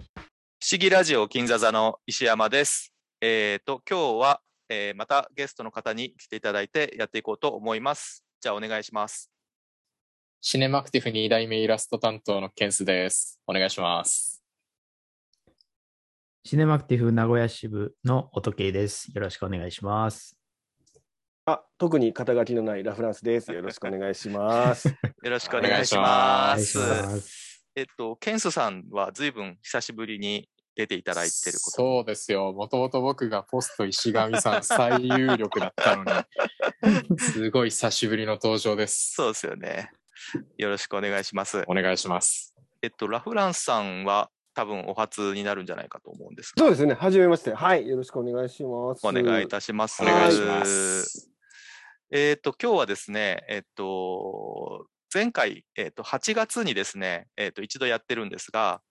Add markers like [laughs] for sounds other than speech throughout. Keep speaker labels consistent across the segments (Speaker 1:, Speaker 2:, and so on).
Speaker 1: 不思議ラジオ金座座の石山です。えっ、と、今日は、えーまたゲストの方に来ていただいてやっていこうと思います。じゃあお願いします。
Speaker 2: シネマクティフ2代目イラスト担当のケンスです。お願いします。
Speaker 3: シネマクティフ名古屋支部の音慶です。よろしくお願いします。
Speaker 4: あ、特に肩書きのないラフランスです。よろしくお願いします。
Speaker 1: よろしくお願いしま
Speaker 3: お願いし
Speaker 1: す。
Speaker 3: ます。
Speaker 1: えっと、ケンスさんは随分久しぶりに出ていただいてること。
Speaker 2: そうですよ。もともと僕がポスト石神さん [laughs] 最有力だったのに、すごい久しぶりの登場です。
Speaker 1: そうですよね。よろしくお願いします。
Speaker 2: お願いします。
Speaker 1: えっと、ラフランスさんは多分お初になるんじゃないかと思うんですが
Speaker 4: そうですね。はじめまして。はい。よろしくお願いします。
Speaker 1: お願いいたします。
Speaker 2: お願いします。
Speaker 1: えっ、と、今日はですね、えっ、と、前回、えっ、と、8月にですね、えっ、と、一度やってるんですが、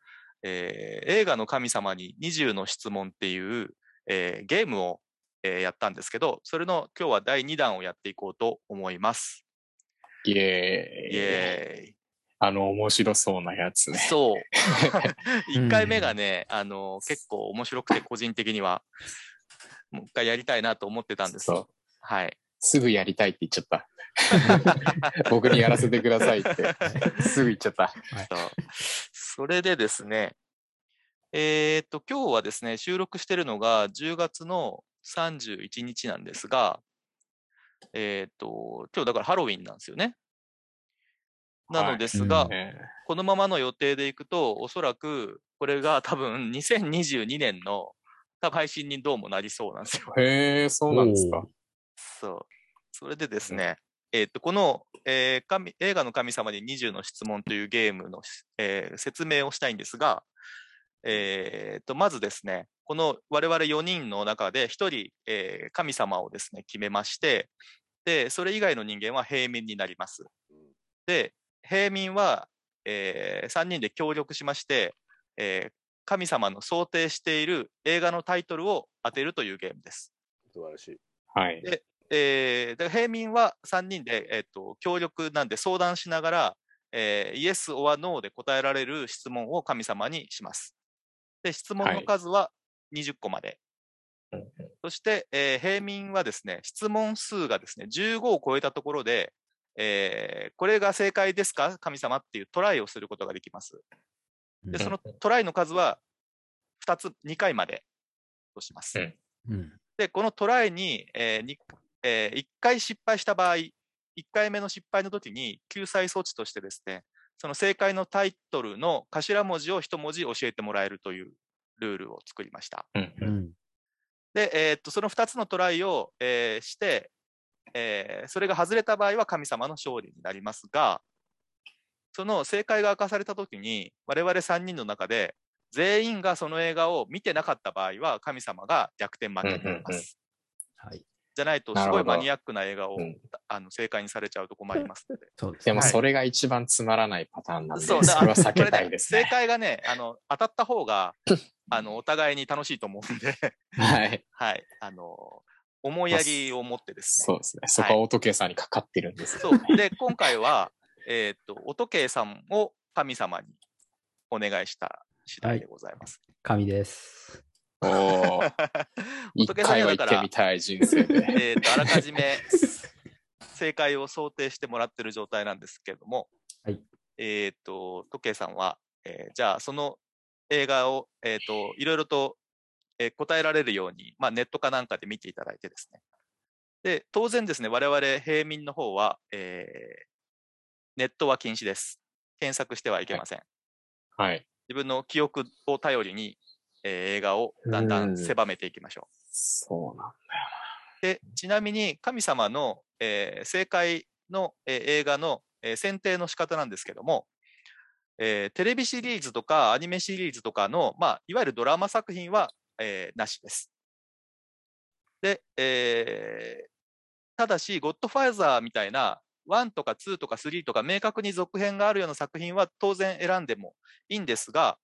Speaker 1: えー映画の神様に20の質問っていう、えーゲームを、えーやったんですけど、それの今日は第2弾をやっていこうと思います。
Speaker 2: イエーイ
Speaker 1: イ。エーイ。
Speaker 2: あの、面白そうなやつね。 [laughs]
Speaker 1: そう。1回目がね、あの、結構面白くて、個人的には、もう一回やりたいなと思ってたんです。
Speaker 2: そう
Speaker 1: はい。
Speaker 2: すぐやりたいって言っちゃった。 [laughs] 僕にやらせてくださ
Speaker 1: [laughs]
Speaker 2: いって、すぐ言っちゃった。
Speaker 1: そうそれでですね、えーっと、今日はですね、収録してるのが10月の31日なんですが、えーっと、今日だからハロウィンなんですよね。なのですが、
Speaker 3: はい
Speaker 2: ね
Speaker 1: このままの予定でいくと、おそらくこれが多分2022年の多分配信にどうもなりそうなんですよ。
Speaker 2: へえ、そうなんですか。
Speaker 1: そう。それでですね、えーっと、この、えー神映画の神様に20の質問というゲームのし、えー説明をしたいんですが、えーっと、まずですね、この我々4人の中で1人、えー神様をですね、決めまして、で、それ以外の人間は平民になります。で、平民は、え3人で協力しまして、えー神様の想定している映画のタイトルを当てるというゲームです。
Speaker 4: 素晴らしい。
Speaker 2: はい。
Speaker 1: えー、で平民は3人で、えっと協力なんで相談しながら、えーイエス・オア・ノーで答えられる質問を神様にします。で質問
Speaker 2: は
Speaker 1: の
Speaker 2: い
Speaker 1: 数は20個まで。
Speaker 2: うんう
Speaker 1: そして、えー平民はですね質問数がですね15を超えたところで、えーこれが正解ですか神様っていうトライをすることができます。でそのトライの数は2つ2回までとします。
Speaker 2: うん
Speaker 3: うん
Speaker 1: で、このトライに、えーにえ1回失敗した場合、1回目の失敗の時に救済措置としてですね、その正解のタイトルの頭文字を1文字教えてもらえるというルールを作りました。
Speaker 2: うん
Speaker 3: う
Speaker 2: うん
Speaker 3: ん
Speaker 1: で、えーっとその2つのトライを、えーして、えーそれが外れた場合は神様の勝利になりますが、その正解が明かされた時に、我々3人の中で、全員がその映画を見てなかった場合は、神様が逆転負けになり
Speaker 2: うん
Speaker 1: ま
Speaker 2: うんうん
Speaker 1: す。
Speaker 3: はい。
Speaker 1: じゃないと、
Speaker 2: な
Speaker 1: す
Speaker 2: るほ
Speaker 1: ご
Speaker 2: ど
Speaker 1: いマニアックな映画を、
Speaker 2: うん
Speaker 1: あの正解にされちゃうと困りますので。
Speaker 3: そうです
Speaker 2: で
Speaker 3: ね。
Speaker 2: も
Speaker 1: はい
Speaker 2: それが一番つまらないパターンなんで、
Speaker 1: そうだ
Speaker 2: それは避けたいです
Speaker 1: 正
Speaker 2: ね。
Speaker 1: 解が
Speaker 2: [laughs]
Speaker 1: ね、あの当たった方があのお互いに楽しいと思うんで、 [laughs]
Speaker 2: はい。
Speaker 1: はい、あの思いやりを持ってですね。
Speaker 2: そうですね。そこは乙啓さんにかかってるんですよ。
Speaker 1: そうで今回は、 [laughs] えーっと乙啓さんを神様にお願いした次第でございます。
Speaker 3: 神です。
Speaker 2: おー
Speaker 1: [laughs]
Speaker 2: 一
Speaker 1: 仏さん
Speaker 2: 回
Speaker 1: に
Speaker 2: は
Speaker 1: だ
Speaker 2: 行
Speaker 1: から
Speaker 2: ってみたい人生で。
Speaker 1: えーっとあらかじめ正解を想定してもらってる状態なんですけれども、
Speaker 3: はい
Speaker 1: えーっと、時計さんは、えーじゃあその映画を、えーっと、いろいろと、えー答えられるように、まあ、ネットかなんかで見ていただいてですね。で、当然ですね、我々平民の方は、えーネットは禁止です。検索してはいけません。
Speaker 2: はい。
Speaker 1: 自分の記憶を頼りに、えー映画をだんだん狭めていきましょう。
Speaker 2: そうなん
Speaker 1: でちなみに神様の、えー正解の、えー映画の、えー選定の仕方なんですけども、えーテレビシリーズとかアニメシリーズとかの、まあ、いわゆるドラマ作品は、えーなしです。で、えーただし、ゴッドファイザーみたいな1とか2とか3とか明確に続編があるような作品は当然選んでもいいんですが、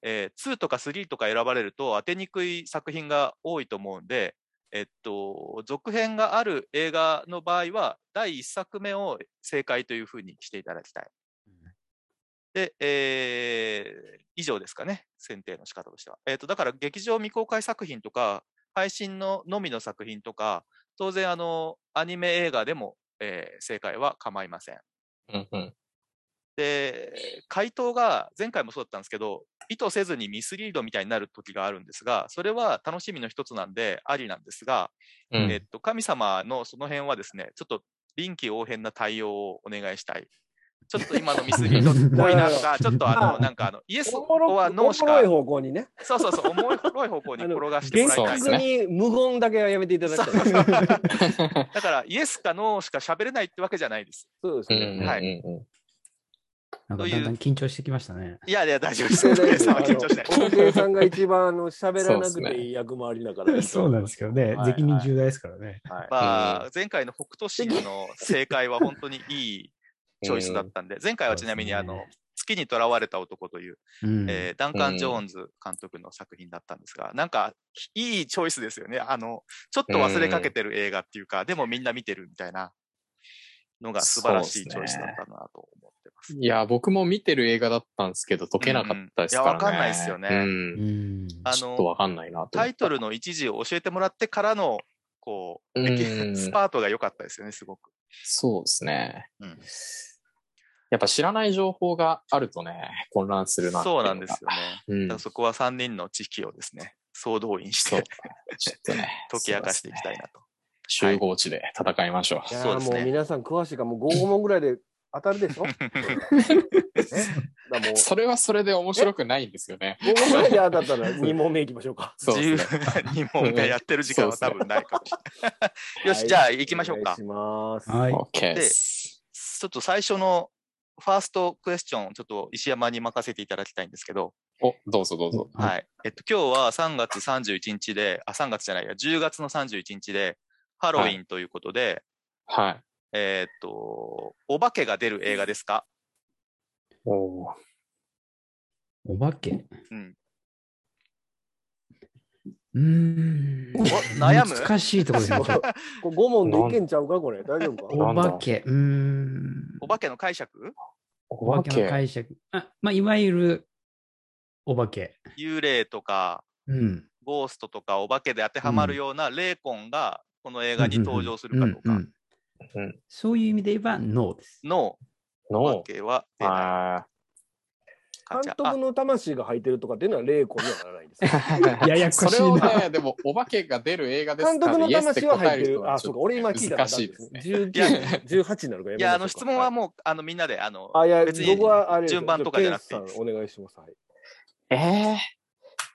Speaker 1: えー2とか3とか選ばれると当てにくい作品が多いと思うんで、えっと、続編がある映画の場合は、第1作目を正解というふうにしていただきたい。で、えー以上ですかね、選定の仕方としては。えっ、と、だから劇場未公開作品とか、配信ののみの作品とか、当然、あの、アニメ映画でも、えー正解は構いません。
Speaker 2: うんうん。
Speaker 1: で、回答が前回もそうだったんですけど、意図せずにミスリードみたいになる時があるんですが、それは楽しみの一つなんで、ありなんですが、
Speaker 2: うん
Speaker 1: えっと、神様のその辺はですね、ちょっと臨機応変な対応をお願いしたい。ちょっと今のミスリードっぽいな
Speaker 3: [laughs]
Speaker 1: とか、ちょっとあの、なんかあの、イエス
Speaker 4: おもろ
Speaker 1: は
Speaker 4: く
Speaker 1: ノーしか
Speaker 4: おもろい、方向にね。
Speaker 1: そうそうそう、思い黒い方向に
Speaker 4: あの
Speaker 1: 転がして
Speaker 4: 厳
Speaker 1: もらいたいな。
Speaker 2: です
Speaker 4: 格
Speaker 2: ね
Speaker 4: に無言だけはやめていただきたい。
Speaker 1: そうそうだから、イエスかノーしか喋れないってわけじゃないです。
Speaker 4: そうです
Speaker 2: うん
Speaker 4: ね。
Speaker 2: うんうんうん
Speaker 1: は
Speaker 3: なん
Speaker 1: と
Speaker 3: か
Speaker 1: いう
Speaker 3: だんだん緊張してきましたね。
Speaker 1: いやいや、大丈夫
Speaker 4: [laughs]
Speaker 1: です。神様は緊張しない。
Speaker 4: お客さんが一番あの喋らなくていい役回りだか
Speaker 3: [laughs]
Speaker 4: ら。
Speaker 3: そうなんですけどね、
Speaker 4: はい
Speaker 3: 責任重大ですからね。
Speaker 1: まあ、前回の北斗神の正解は本当にいいチョイスだったんで、前回はちなみにあ
Speaker 3: そう
Speaker 1: の
Speaker 3: です、
Speaker 1: 月にとらわれた男という、
Speaker 3: うん
Speaker 1: えーダンカン・ジョーンズ監督の作品だったんですが、なんかいいチョイスですよね。あの、ちょっと忘れかけてる映画っていうか、でもみんな見てるみたいなのが素晴らしいチョイスだったなと思ってます。
Speaker 2: いや、僕も見てる映画だったんですけど、解けなかったですから
Speaker 1: うんうんいや
Speaker 2: ね。
Speaker 1: わかんないっすよね
Speaker 2: うん
Speaker 3: うん
Speaker 1: あ
Speaker 2: ちょっと
Speaker 1: の、
Speaker 2: わかんないなと思った。
Speaker 1: タイトルの一時を教えてもらってからの、こう、でき
Speaker 2: うん
Speaker 1: スパートが良かったですよね、すごく。
Speaker 2: そうですね。
Speaker 1: うん
Speaker 2: やっぱ知らない情報があるとね、混乱するなってい
Speaker 1: そう
Speaker 2: のが
Speaker 1: なんですよね。
Speaker 2: うん
Speaker 1: だからそこは3人の知識をですね、総動員し
Speaker 2: そう
Speaker 1: て。
Speaker 2: ちょっとね
Speaker 1: [laughs] 解き明かしていきたい
Speaker 2: そう
Speaker 1: なと。
Speaker 2: ですね。集合地で戦いましょう。
Speaker 4: いや
Speaker 1: そう
Speaker 4: ー
Speaker 1: です
Speaker 4: も
Speaker 1: ね
Speaker 4: う皆さん詳しいから、もう5問ぐらいで当たるでしょねだからもう
Speaker 2: それはそれで面白くないんですよね。
Speaker 4: 5問ぐらいで当たったら2問目いきましょうか。
Speaker 2: そ
Speaker 1: [laughs]
Speaker 2: う
Speaker 1: 自
Speaker 2: で
Speaker 1: 由
Speaker 2: すね。
Speaker 1: に問目やってる時間は多分ないかもしれ
Speaker 2: [laughs]
Speaker 1: ない。よし、じゃあ行きましょうか
Speaker 4: お。願いします。
Speaker 3: はい。
Speaker 2: OK です。
Speaker 1: ちょっと最初のファーストクエスチョン、ちょっと石山に任せていただきたいんですけど、
Speaker 2: お、どうぞどうぞ。
Speaker 3: はい
Speaker 1: はい。えっと、今日は3月31日で、あ、3月じゃないや、10月の31日で、ハロウィンということで、
Speaker 2: はい。
Speaker 1: えーっと、お化けが出る映画ですか
Speaker 2: おー
Speaker 3: お化け。
Speaker 1: うん。
Speaker 3: うーん。
Speaker 1: 悩む
Speaker 3: 難しいとこ
Speaker 1: [laughs]
Speaker 3: ろですね。
Speaker 4: これ5問でいけんちゃうかこれ。大丈夫か
Speaker 3: お化け。うーん。
Speaker 1: お化けの解釈
Speaker 2: お
Speaker 3: お
Speaker 2: 化
Speaker 3: 化けの
Speaker 2: け。
Speaker 3: 解釈。あ、まあ、いわゆるお化け。
Speaker 1: 幽霊とか、
Speaker 3: うん。
Speaker 1: ゴーストとかお化けで当てはまるような霊魂がこの映画に登場するかどう
Speaker 3: うん
Speaker 1: か
Speaker 3: ん
Speaker 2: う
Speaker 3: うんんそういう意味で言えば、ノーです。
Speaker 1: のお化
Speaker 2: の、
Speaker 1: けは出ない
Speaker 4: [laughs]
Speaker 2: あ
Speaker 1: 感じ
Speaker 4: 監
Speaker 1: あ
Speaker 4: 督の魂が入ってるとかっていうのは霊魂にはならないん
Speaker 2: [laughs]
Speaker 4: ですよ。
Speaker 2: ー
Speaker 3: ややこしいな
Speaker 2: それをね、でも、お化けが出る映画です
Speaker 4: 監
Speaker 2: から
Speaker 4: 督の
Speaker 2: イエスって
Speaker 4: 魂は
Speaker 2: 答え
Speaker 4: 入って
Speaker 2: る人
Speaker 4: る。
Speaker 2: は
Speaker 4: あ、
Speaker 2: ち
Speaker 4: そ
Speaker 2: ょ
Speaker 4: う
Speaker 2: っ
Speaker 4: か。
Speaker 2: と
Speaker 4: 俺今聞い
Speaker 2: 難
Speaker 4: たらダ
Speaker 2: し
Speaker 4: メ
Speaker 2: いですね。
Speaker 4: 19、18になるからやめましょうか
Speaker 1: いや、あの質問はもう、あの、みんなで、あの、
Speaker 4: あ、いや、
Speaker 1: 別
Speaker 4: 僕はあれですよ
Speaker 1: 順番とかじゃなくていいで
Speaker 4: ケン
Speaker 1: す
Speaker 4: さんお願いします。はい。
Speaker 2: ええ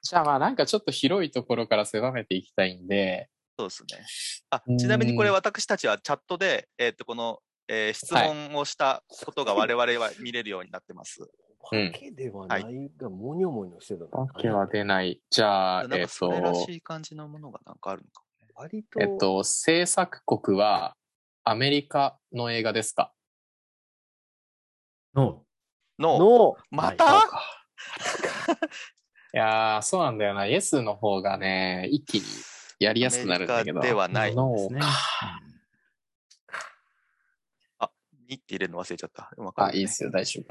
Speaker 2: じゃあまあなんかちょっと広いところから狭めていきたいんで、
Speaker 1: そうですね。あ、ちなみにこれ私たちはチャットで、えーっと、この、えー質問をしたことが我々は見れるようになってます。
Speaker 2: う
Speaker 4: お
Speaker 2: ん
Speaker 4: 化けではないが、もにょもにょしてた
Speaker 2: わ
Speaker 4: の。
Speaker 2: けは出ない。じゃあ、
Speaker 1: なん
Speaker 2: えっ、
Speaker 1: かそれら
Speaker 2: と
Speaker 1: し、い感じのものがなんかあるのかもね。
Speaker 4: 割と、
Speaker 2: えっ、と、制作国はアメリカの映画ですか
Speaker 3: ノ
Speaker 1: の、
Speaker 4: の、
Speaker 1: ま
Speaker 2: そう
Speaker 1: た
Speaker 2: かいやー、そうなんだよな。イエスの方がね、一気にやりやすくなるんだけど。
Speaker 1: アメリカではない
Speaker 2: ノ
Speaker 3: ーで
Speaker 2: ー
Speaker 3: すね。
Speaker 1: にって入れるの忘れちゃった。うまくわ
Speaker 2: あ、
Speaker 1: かんない
Speaker 2: いですよ、大丈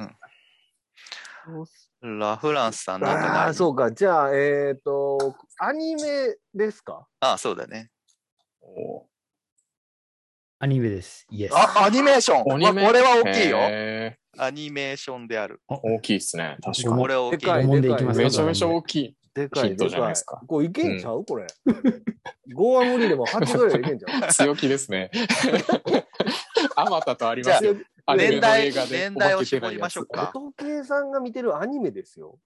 Speaker 2: 夫。
Speaker 1: ラ・フランスさんなんか
Speaker 4: あ
Speaker 1: な
Speaker 4: あ、
Speaker 1: い
Speaker 4: そうか。じゃあ、えっと、アニメですか
Speaker 1: あ、そうだね。
Speaker 2: お
Speaker 3: アニメです。イエス。
Speaker 1: あ、アニメーション
Speaker 2: アニメ
Speaker 1: わこれは大きいよ。
Speaker 2: へ
Speaker 1: アニメーションである。
Speaker 2: ー大きいですね、確か
Speaker 1: こ
Speaker 2: に。
Speaker 1: れ大
Speaker 4: で
Speaker 1: きい。
Speaker 4: か
Speaker 3: 五
Speaker 4: い、
Speaker 3: 問で
Speaker 4: で
Speaker 3: い
Speaker 4: か
Speaker 3: き
Speaker 4: い
Speaker 3: ます。
Speaker 2: めちゃめちゃ大きい。
Speaker 4: でか
Speaker 2: ヒ
Speaker 4: い、
Speaker 2: ント
Speaker 4: で
Speaker 2: じゃない
Speaker 4: か
Speaker 2: で
Speaker 4: い
Speaker 2: すか。
Speaker 4: こういけんちゃうこれ。5は無理でも8ぐらいはいけんちゃう
Speaker 2: 強気ですね。 [laughs] あまたとありますよ。アニメ
Speaker 1: 年
Speaker 2: の
Speaker 1: 代
Speaker 2: 映画、で
Speaker 1: 年代
Speaker 2: お
Speaker 1: を
Speaker 2: 化け出
Speaker 1: 絞
Speaker 2: ない
Speaker 1: り
Speaker 2: やつ
Speaker 1: ましょうか。
Speaker 4: 音計さんが見てるアニメですよ。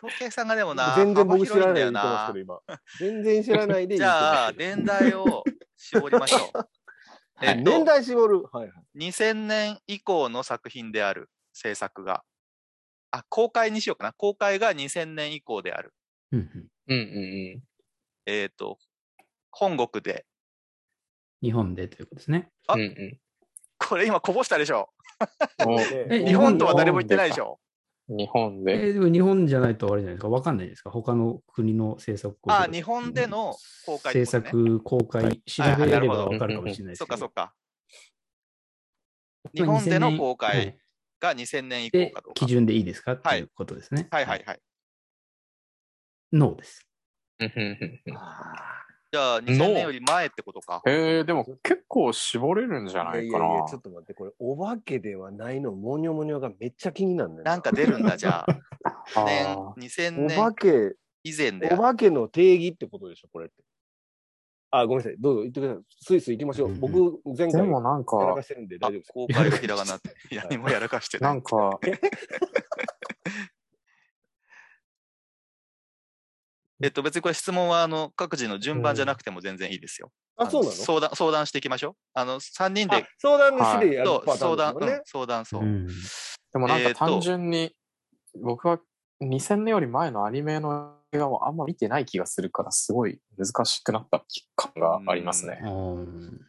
Speaker 1: 時計さんがでもな、
Speaker 4: 全然
Speaker 1: 幅
Speaker 4: 僕知
Speaker 1: 広
Speaker 4: ら
Speaker 1: い
Speaker 4: なんい
Speaker 1: だよな
Speaker 4: で言ってますけ。ど、今。全然知らないで
Speaker 1: じ
Speaker 4: 言って
Speaker 1: ゃ
Speaker 4: ま
Speaker 1: あ、
Speaker 4: すけど。
Speaker 1: 年代を絞りましょう。えっ
Speaker 4: 年
Speaker 1: と、
Speaker 4: 代絞る。はいはい。
Speaker 1: 2000年以降の作品である、制作が。あ、公開にしようかな。公開が2000年以降である。
Speaker 3: うんうん
Speaker 2: うんうん
Speaker 1: えっと、本国で。
Speaker 3: 日本でということですね。
Speaker 1: あ
Speaker 2: うん。うん
Speaker 1: これ今こぼしたでしょ。
Speaker 2: うんお
Speaker 4: で
Speaker 3: え
Speaker 1: 日本とは誰も言ってないでしょ。
Speaker 2: 日本で。
Speaker 3: えーでも日本じゃないとあれじゃないですか。わかんないですか。他の国の制作国
Speaker 1: あ、日本での公開って
Speaker 3: 制
Speaker 1: ことね。
Speaker 3: 作公開調べ
Speaker 1: な
Speaker 3: れ
Speaker 1: るほ
Speaker 3: れば
Speaker 1: ど
Speaker 3: わかるかもしれないで
Speaker 1: そ
Speaker 3: す
Speaker 1: っか
Speaker 3: け
Speaker 1: そ
Speaker 3: ど
Speaker 1: っ。か。日本での公
Speaker 3: は
Speaker 1: 開
Speaker 3: い
Speaker 1: が2000年以降
Speaker 3: で
Speaker 1: かどう、か
Speaker 3: 基。準でいいですかって
Speaker 1: はい
Speaker 3: いうことですね。
Speaker 1: はいはい。はい。
Speaker 3: ノーです。
Speaker 1: じゃあ2000年より前ってことか。
Speaker 2: えー、でも結構絞れるんじゃないか
Speaker 4: やいやい
Speaker 2: な
Speaker 4: や。ちょっと待って、これ、お化けではないの、モニョモニョがめっちゃ気になるね
Speaker 1: なんか出るんだ、じゃあ。年
Speaker 2: あ
Speaker 1: 2000
Speaker 4: お化
Speaker 1: 年
Speaker 4: け、
Speaker 1: 以前で
Speaker 4: お。化けの定義ってことでしょ、これって。あ、ごめんなさい。どうぞ言ってください。スイスイ行きましょ
Speaker 3: うん
Speaker 4: う。
Speaker 3: うん
Speaker 4: 僕、前
Speaker 2: ーで
Speaker 4: 回、
Speaker 2: もなん
Speaker 4: やらか
Speaker 2: か、
Speaker 4: してるんで
Speaker 1: あ
Speaker 4: 大丈夫です。
Speaker 1: 公開がひらがなって。何もやらかしてな
Speaker 2: ないん。か、
Speaker 1: えっと、別にこれ質問は、あの、各自の順番じゃなくても全然いいですよ。
Speaker 4: [laughs] あ、そうな
Speaker 1: あ
Speaker 4: の
Speaker 1: 相談、相談していきましょう。あの、3人
Speaker 4: あ
Speaker 1: で、
Speaker 4: 相談なしでやる
Speaker 1: と
Speaker 4: パター
Speaker 1: 相
Speaker 4: ン
Speaker 1: 談、
Speaker 4: ですもん
Speaker 1: うん
Speaker 4: ね。
Speaker 1: 相談、そうう。
Speaker 3: ん。
Speaker 2: でもなん
Speaker 1: えーと
Speaker 2: か単純に、僕は2000年より前のアニメの映画をあんま見てない気がするから、すごい難しくなった感がありますね。
Speaker 3: うん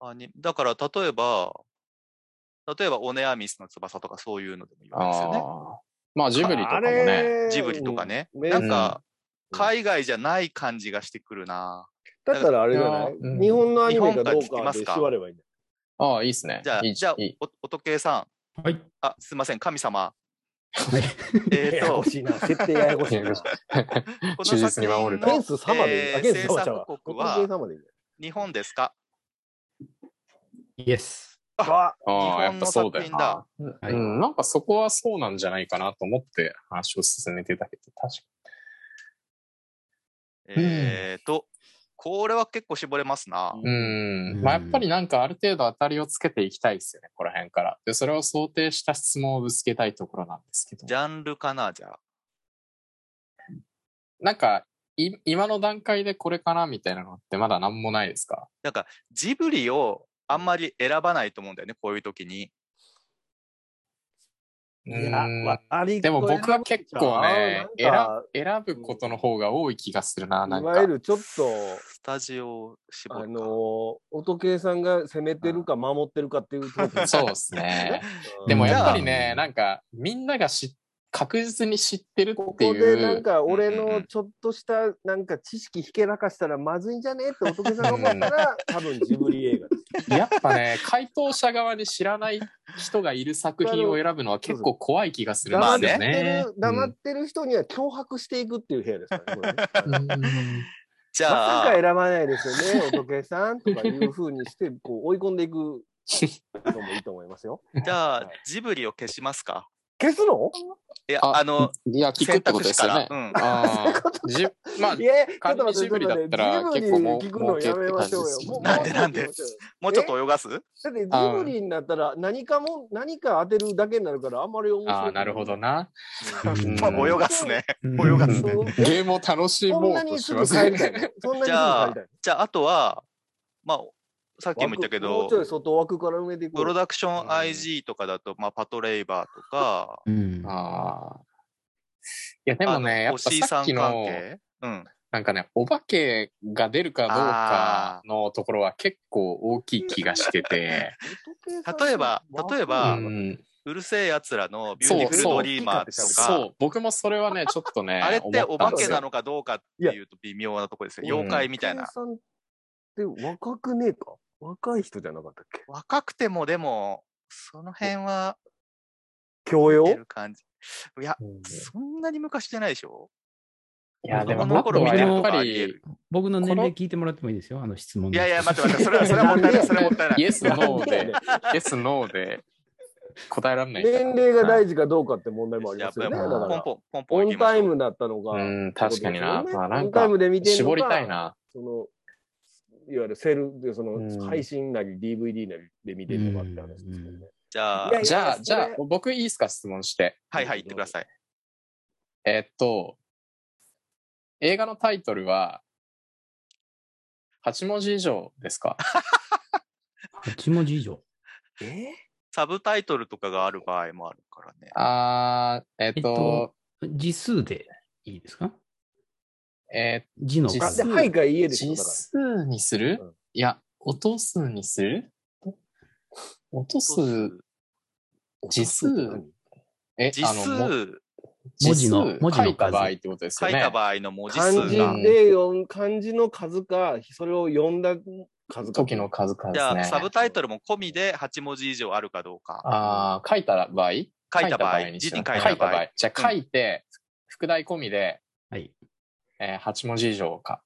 Speaker 1: あにだから、例えば、例えば、オネアミスの翼とかそういうのでもいいわけですよね。
Speaker 2: ああ。まあジブリとかも
Speaker 4: あ
Speaker 2: ね。
Speaker 4: れ
Speaker 1: ジブリとかね。
Speaker 4: うん
Speaker 1: なんか、
Speaker 4: うん
Speaker 1: 海外じゃない感じがしてくるな。
Speaker 4: だったらあれじゃな
Speaker 2: いや
Speaker 4: い
Speaker 2: うん
Speaker 4: 日本のアニメかどう
Speaker 1: 日本から聞きま
Speaker 4: か
Speaker 1: す
Speaker 4: で
Speaker 1: か
Speaker 4: 縛ればいいんだよ。
Speaker 2: ああ、いいですね。
Speaker 1: じゃあ、
Speaker 2: いい
Speaker 1: じゃあ
Speaker 2: いい、
Speaker 1: [laughs] お、おとけさん。
Speaker 3: はい。
Speaker 1: あ、すいません、神
Speaker 4: [laughs]
Speaker 1: 様。
Speaker 3: はい。
Speaker 1: えっ
Speaker 4: やや
Speaker 1: と
Speaker 4: こ、しいな。設定ややこしいな。
Speaker 1: こ
Speaker 2: 忠
Speaker 1: の
Speaker 2: 実
Speaker 1: 作
Speaker 2: に
Speaker 1: 品
Speaker 2: 守る
Speaker 4: ケン
Speaker 1: の
Speaker 4: ス様でいい。あ
Speaker 1: えー
Speaker 4: ケンス様ちゃうわ。
Speaker 1: 制作国
Speaker 4: 国
Speaker 1: は
Speaker 4: 様でいいんだよ。
Speaker 1: 日本ですか
Speaker 3: イエス。
Speaker 4: あ
Speaker 2: ああ、
Speaker 1: 日本
Speaker 2: やっ
Speaker 1: の
Speaker 2: ぱそうだよな。
Speaker 3: はい
Speaker 2: うん、なんかそこはそうなんじゃないかなと思って話を進めてたけど、確か
Speaker 1: えっと、これは結構絞れますな。
Speaker 2: に。うん。まあやっぱりなんかある程度当たりをつけていきたいですよね、この辺から。で、それを想定した質問をぶつけたいところなんですけど。
Speaker 1: ジャンルかな、じゃあ。
Speaker 2: なんか、い今の段階でこれかなみたいなのってまだ何もないですか
Speaker 1: なんか、ジブリをあんまり選ばないと思うんだよね、こういう時に。
Speaker 2: う
Speaker 4: いや
Speaker 2: ん
Speaker 4: わあり
Speaker 2: でも僕は結構ね、
Speaker 4: 選
Speaker 2: 選
Speaker 4: ぶなんか
Speaker 2: 選ぶことの方が多い気がするな、なん
Speaker 4: い
Speaker 2: か。
Speaker 4: わゆるちょっと、
Speaker 1: スタジオを絞
Speaker 4: あ
Speaker 1: るか。
Speaker 4: の、音系さんが攻めてるか守ってるかっていうとこ
Speaker 2: そうです
Speaker 4: [laughs]
Speaker 2: ね。
Speaker 4: うん
Speaker 2: でもやっぱり
Speaker 3: う
Speaker 2: ね、
Speaker 3: ん
Speaker 2: なんか、みんながし確実に知ってる
Speaker 4: こ
Speaker 2: ってい
Speaker 4: こ
Speaker 2: う。
Speaker 4: でなんか俺
Speaker 2: うんうんう
Speaker 4: の
Speaker 2: ん
Speaker 4: ちょっとしたなんか知識ひけらかしたらまずいんじゃねえって仏さんが思ったら多分ジブリ映画です。
Speaker 2: やっぱね、回答者側に知らない人がいる作品を選ぶのは結構怖い気がするん
Speaker 4: 黙っ
Speaker 2: で
Speaker 4: て
Speaker 2: す
Speaker 4: る、
Speaker 2: よね。
Speaker 4: 黙ってる人には脅迫していくっていう部屋ですからね。これね
Speaker 2: うんうん
Speaker 1: じ
Speaker 4: ま
Speaker 1: ゃ
Speaker 4: さ
Speaker 1: あ、
Speaker 4: か選ばないですよね、仏さんとかいうふうにしてこう追い込んでいくのもいいと思いますよ。
Speaker 1: じゃあ、ジブリを消しますか。
Speaker 4: 消すの
Speaker 1: いや、
Speaker 2: あ
Speaker 1: あの、
Speaker 2: いや、聞くっ
Speaker 1: 選
Speaker 2: てこ
Speaker 1: 択
Speaker 2: とで
Speaker 1: 肢
Speaker 2: すよ
Speaker 1: から
Speaker 2: ね。。
Speaker 1: うん。
Speaker 2: あーじまあ
Speaker 4: い、や、ちょっと
Speaker 2: 仮に
Speaker 4: 待って、
Speaker 2: ジブリだったら
Speaker 4: ちょっと待って
Speaker 2: 結構もう
Speaker 4: ジブリ聞くのやめましょうよ。もう
Speaker 1: なんでなんで
Speaker 4: もうちょっと聞きましょう
Speaker 1: もうちょ
Speaker 4: よ
Speaker 1: っと泳がす
Speaker 4: だってジブリになったら何かも、何か当てるだけになるからあんまり面白い。
Speaker 2: ああ、なるほど。な。
Speaker 3: うん
Speaker 1: まあ泳がすね。
Speaker 3: うん
Speaker 1: 泳が
Speaker 2: す
Speaker 4: ね
Speaker 2: ゲームを楽し
Speaker 4: そん
Speaker 2: も
Speaker 4: な
Speaker 2: うと
Speaker 4: に
Speaker 2: し
Speaker 4: す
Speaker 2: ま
Speaker 4: ぐ
Speaker 2: す
Speaker 4: 帰りたい
Speaker 2: ね。
Speaker 4: の。そんなにすぐ帰りたいの。
Speaker 1: じゃあじゃあ、あとは、まあ、さっきも言ったけ
Speaker 4: 枠も
Speaker 1: ど
Speaker 4: うち、ょい外枠から埋めていこ
Speaker 1: プロ
Speaker 4: う。
Speaker 1: ダクショ
Speaker 2: う
Speaker 1: ン
Speaker 2: ん
Speaker 1: IG とかだと、まあ、パトレイバーとか、
Speaker 3: うん。
Speaker 2: [laughs] ああ。いや、でもね、や
Speaker 1: あの
Speaker 2: っぱ
Speaker 1: おしい
Speaker 2: さ
Speaker 1: さ
Speaker 2: っ
Speaker 1: ん
Speaker 2: き
Speaker 1: 関
Speaker 2: の、
Speaker 1: 係うん。
Speaker 2: なんかね、お化けが出るかどうかのところは結構大きい気がしてて、
Speaker 1: 例えば例え
Speaker 2: う
Speaker 1: [laughs] ばあー
Speaker 2: ん、
Speaker 1: うるせえやつらのビュ
Speaker 2: そ
Speaker 1: ー
Speaker 2: う
Speaker 1: ティフルドリーマーとか、
Speaker 2: そう、僕もそれはね、ちょっとね、
Speaker 1: [laughs] あれってお化けな
Speaker 2: の
Speaker 1: のかどうかっていうと微妙なとこですよ。妖怪みたいな。
Speaker 4: さんって若くねえか若い人じゃなかったっけ
Speaker 1: 若くてもでも、その辺は
Speaker 4: 教
Speaker 1: 出
Speaker 4: 養
Speaker 1: る感じ。いや、そんなに昔じゃないでしょ
Speaker 2: いや、で
Speaker 1: 子
Speaker 2: も、
Speaker 1: 供の
Speaker 2: あ
Speaker 1: 頃
Speaker 2: と
Speaker 3: 見
Speaker 2: は
Speaker 3: て
Speaker 2: や
Speaker 3: ると
Speaker 2: っ
Speaker 3: か
Speaker 2: ぱ
Speaker 1: ありえ
Speaker 2: り
Speaker 1: る、
Speaker 3: 僕の年
Speaker 2: こ
Speaker 3: 齢
Speaker 2: の
Speaker 3: 聞いてもらってもいいですよ、あの質問の
Speaker 1: いやいや、待って待って、
Speaker 3: [laughs]
Speaker 1: それは、それはもったいない、それはもったいない。
Speaker 2: [laughs] イエス、ノー
Speaker 4: なん [laughs] で
Speaker 2: で、イエス、ノーで答えられない。
Speaker 4: 年齢が
Speaker 2: 事。
Speaker 4: 大事かどうかって問題もあり
Speaker 1: や
Speaker 4: ま
Speaker 1: っ
Speaker 4: す
Speaker 1: ぱ
Speaker 4: よ
Speaker 1: り
Speaker 4: ね。
Speaker 1: も
Speaker 4: だ
Speaker 1: う
Speaker 4: か
Speaker 1: ポン
Speaker 4: ら、
Speaker 1: ポン、ポンポ
Speaker 4: オ
Speaker 1: ン行き
Speaker 4: ン
Speaker 1: ま
Speaker 4: タ
Speaker 1: し
Speaker 4: イ
Speaker 1: ょう。
Speaker 4: ムだったのが、
Speaker 2: うん、確かにな。まあ、な
Speaker 4: オ
Speaker 2: ん
Speaker 4: ンタイ
Speaker 2: か
Speaker 4: ム、で見てるの
Speaker 2: 絞
Speaker 4: か
Speaker 2: りたいな。
Speaker 4: その、いわゆるセルで、そ
Speaker 2: うん
Speaker 4: の、配信なり DVD なりで見てるのかって話ですよね。
Speaker 1: じゃあ
Speaker 4: いや、い
Speaker 2: じゃあ、じ
Speaker 4: それ
Speaker 2: ゃあ、僕いいっすか、質問して。
Speaker 1: はいはい、言ってください。
Speaker 2: えっと、映画のタイトルは、8文字以上ですか [laughs]
Speaker 3: 8文字以上。
Speaker 4: え
Speaker 1: サブタイトルとかがある場合もあるからね。
Speaker 2: あー、えっと、
Speaker 3: 字数でいいですか
Speaker 2: え
Speaker 3: 字の
Speaker 2: 字
Speaker 4: あ
Speaker 2: 数
Speaker 4: で、
Speaker 3: 数。
Speaker 4: はいか家
Speaker 2: ー
Speaker 4: でしょ
Speaker 2: 字
Speaker 4: だから。
Speaker 2: 数にする、
Speaker 4: うん
Speaker 2: いや、音数にする音数、字数え、
Speaker 1: 字
Speaker 2: あの、も
Speaker 1: 数、
Speaker 2: 字数
Speaker 3: 文字の文字の
Speaker 2: 書
Speaker 3: 数
Speaker 2: いた場合ってことです
Speaker 1: 書
Speaker 2: よ
Speaker 1: い
Speaker 2: ね。
Speaker 1: た場合の文字
Speaker 4: 漢
Speaker 1: 数
Speaker 4: 字
Speaker 1: が。
Speaker 4: で読ん漢字の数か、それを読んだ数々
Speaker 2: 時の数々
Speaker 1: じ
Speaker 2: で
Speaker 1: ゃ
Speaker 2: す
Speaker 1: あ、
Speaker 2: ね。
Speaker 1: サブタイトルも込みで8文字以上あるかどうか。
Speaker 2: ああ、書いた場合
Speaker 1: 書いた場合、
Speaker 2: に
Speaker 1: 字
Speaker 2: し
Speaker 1: に
Speaker 2: よ
Speaker 1: 書い
Speaker 2: う
Speaker 1: た
Speaker 2: 書いた
Speaker 1: 場
Speaker 2: 場
Speaker 1: 合
Speaker 2: 合。。じゃあ書いて、副題込みで、
Speaker 3: はい。
Speaker 2: えー、8文字以上か。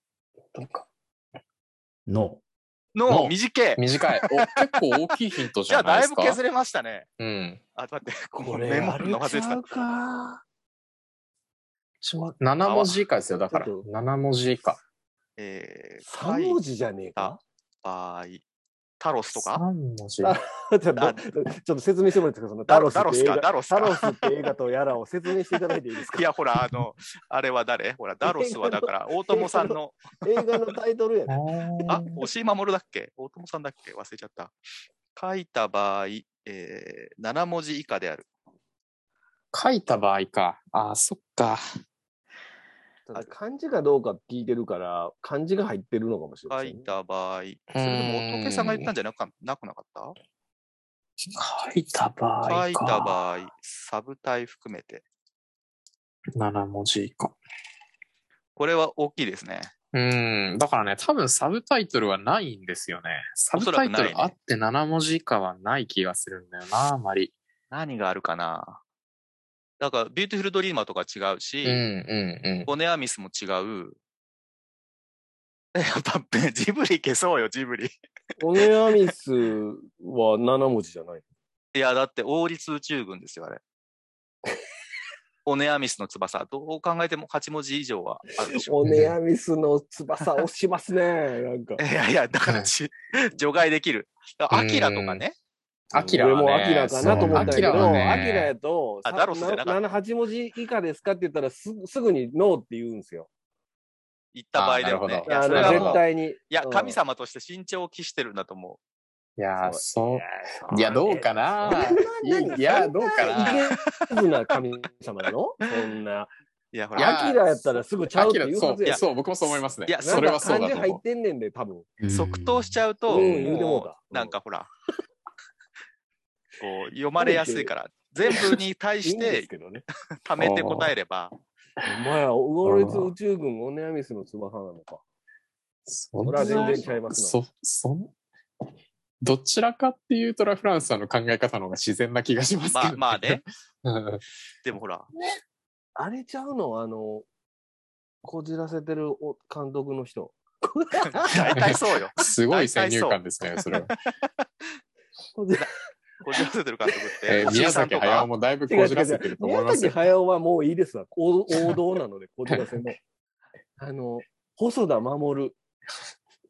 Speaker 2: どうか
Speaker 3: の。
Speaker 1: の
Speaker 2: の
Speaker 1: 短い。
Speaker 2: 短い。お、結構大きいヒントじ
Speaker 1: じゃ
Speaker 2: ゃ
Speaker 1: あ、
Speaker 2: ない
Speaker 1: だい
Speaker 2: です
Speaker 1: ぶ
Speaker 2: か。
Speaker 1: 削れましたね。
Speaker 2: うん。
Speaker 1: あ、待って、これメモるの忘れてた。
Speaker 4: か。
Speaker 2: ちょ7文字以下ですよ。だから、
Speaker 4: ちょっと
Speaker 2: 7文字以下。
Speaker 1: えー、
Speaker 4: 3文字じゃねえか。
Speaker 1: 場合、タロスとか
Speaker 2: 3文字。
Speaker 4: あ [laughs] ちょっ
Speaker 1: あ
Speaker 4: とちょっと説明してもらっていいですかその
Speaker 1: ダ
Speaker 4: タ
Speaker 1: ロ
Speaker 4: ロ
Speaker 1: ス
Speaker 4: ス
Speaker 1: ダロスか、ダロス
Speaker 4: って映画タロ
Speaker 1: か。
Speaker 4: スって映画とやらを説明していただいてい
Speaker 1: [laughs]
Speaker 4: いですか
Speaker 1: いや、ほら、あの、あれは誰ほら、ダロスはだから、大友さんの、
Speaker 4: 映画のタイトルやね。
Speaker 1: あ
Speaker 2: あ、
Speaker 1: 押井守だっけ大友さんだっけ忘れちゃった。書いた場合、えー、7文字以下である。
Speaker 2: 書いた場合か。あー、そっか。
Speaker 4: ただ漢字かどうか聞いてるから、漢字が入ってるのかもしれな
Speaker 1: 書
Speaker 4: い、
Speaker 1: い
Speaker 4: ね。
Speaker 1: た場合、それでも乙女さんが言ったんじゃなかなくなかった
Speaker 2: 書いた場合か。
Speaker 1: 書いた場合、サブ体含めて。
Speaker 2: 7文字以下。
Speaker 1: これは大きいですね。
Speaker 2: うん。だからね、多分サブタイトルはないんですよね。サブタイト
Speaker 1: おそらくないね
Speaker 2: ルあって7文字以下はない気がするんだよな、あまり。
Speaker 1: 何があるかなだから、ビューティフルドリーマーとか違うし、
Speaker 2: うんうんうん。
Speaker 1: ボネアミスも違う。 [laughs] えやっぱ、ジブリ消そうよ、ジブリ。
Speaker 4: オネアミスは7文字じゃない。
Speaker 1: いや、だって、王立宇宙軍ですよ、あ
Speaker 2: [laughs]
Speaker 1: れ。オネアミスの翼。どう考えても8文字以上はあるでしょ。
Speaker 4: オネアミスの翼をしますね。なんか
Speaker 1: [laughs] い。やいや、だからち、除外できる。だからアキラとかね。
Speaker 2: アキラはね
Speaker 4: 俺もアキラかなと思ったんだけど、
Speaker 2: そうアキラはね
Speaker 4: アキラやと、
Speaker 1: あダロスじゃなかった
Speaker 4: 7、8文字以下ですかって言ったらす、すぐにノーって言うんですよ。
Speaker 1: 言った場合だよね。
Speaker 2: あ
Speaker 1: い
Speaker 2: な
Speaker 1: や、
Speaker 2: る
Speaker 4: あ
Speaker 1: それは
Speaker 2: ほど
Speaker 4: の
Speaker 2: なる
Speaker 1: も
Speaker 4: 絶
Speaker 1: う、い
Speaker 4: 対に。
Speaker 1: や、
Speaker 4: うん
Speaker 1: 神。様として慎重を期してるんだと思
Speaker 2: いやー、そう。
Speaker 1: う。
Speaker 2: いや、どうかな
Speaker 4: そんな何
Speaker 2: いや、どうか
Speaker 4: イ
Speaker 2: な
Speaker 4: ケズな神様なのそ
Speaker 2: [laughs]
Speaker 4: んな。
Speaker 1: いや、ほ
Speaker 4: ア
Speaker 2: いや
Speaker 1: ら、
Speaker 4: キラやったらすぐちゃ
Speaker 2: ア
Speaker 4: う
Speaker 2: キ
Speaker 4: って
Speaker 2: ラ
Speaker 4: 言う
Speaker 2: そ
Speaker 4: はず
Speaker 2: う、
Speaker 4: や。
Speaker 2: そう、僕もそう思いますね。
Speaker 1: いや
Speaker 4: な
Speaker 2: そ
Speaker 4: ん
Speaker 2: れ
Speaker 4: か
Speaker 2: はそうだと
Speaker 4: 漢字入
Speaker 2: 思
Speaker 4: ってんねんで、多分。
Speaker 1: 即答しち
Speaker 3: ゃ
Speaker 1: ゃうと、
Speaker 4: うん言うてもうた
Speaker 1: もう、なんかほら、こう、読まれやすいから、全部に対
Speaker 4: いい
Speaker 1: し
Speaker 4: んです
Speaker 1: て
Speaker 4: けどね。
Speaker 1: 貯めて答えれば、
Speaker 4: お前は、ウォルツ宇宙軍オネアミスの翼なのか。
Speaker 2: そん
Speaker 4: それ
Speaker 2: な
Speaker 4: は全然ちゃいますな
Speaker 2: そ、そん、どちらかっていうとラ・フランスさんの考え方の方が自然な気がしますけど、
Speaker 1: まあまあね。
Speaker 2: [laughs] うん。
Speaker 1: でもほら、
Speaker 4: あれちゃうのあの、こじらせてるお監督の人。
Speaker 1: 大体そう
Speaker 4: [laughs]
Speaker 1: よ。
Speaker 2: すごい先入観ですね、それは。
Speaker 4: こじ
Speaker 1: こじらせてる監督っ
Speaker 2: え
Speaker 1: て
Speaker 2: ー、宮崎駿もだいぶこじらせてると思い
Speaker 4: 宮
Speaker 2: ます
Speaker 4: 崎
Speaker 2: よ。
Speaker 4: 駿はもういいですわ。王王道なので、こじらせ
Speaker 2: [laughs]
Speaker 4: も。あの、細田守。
Speaker 1: い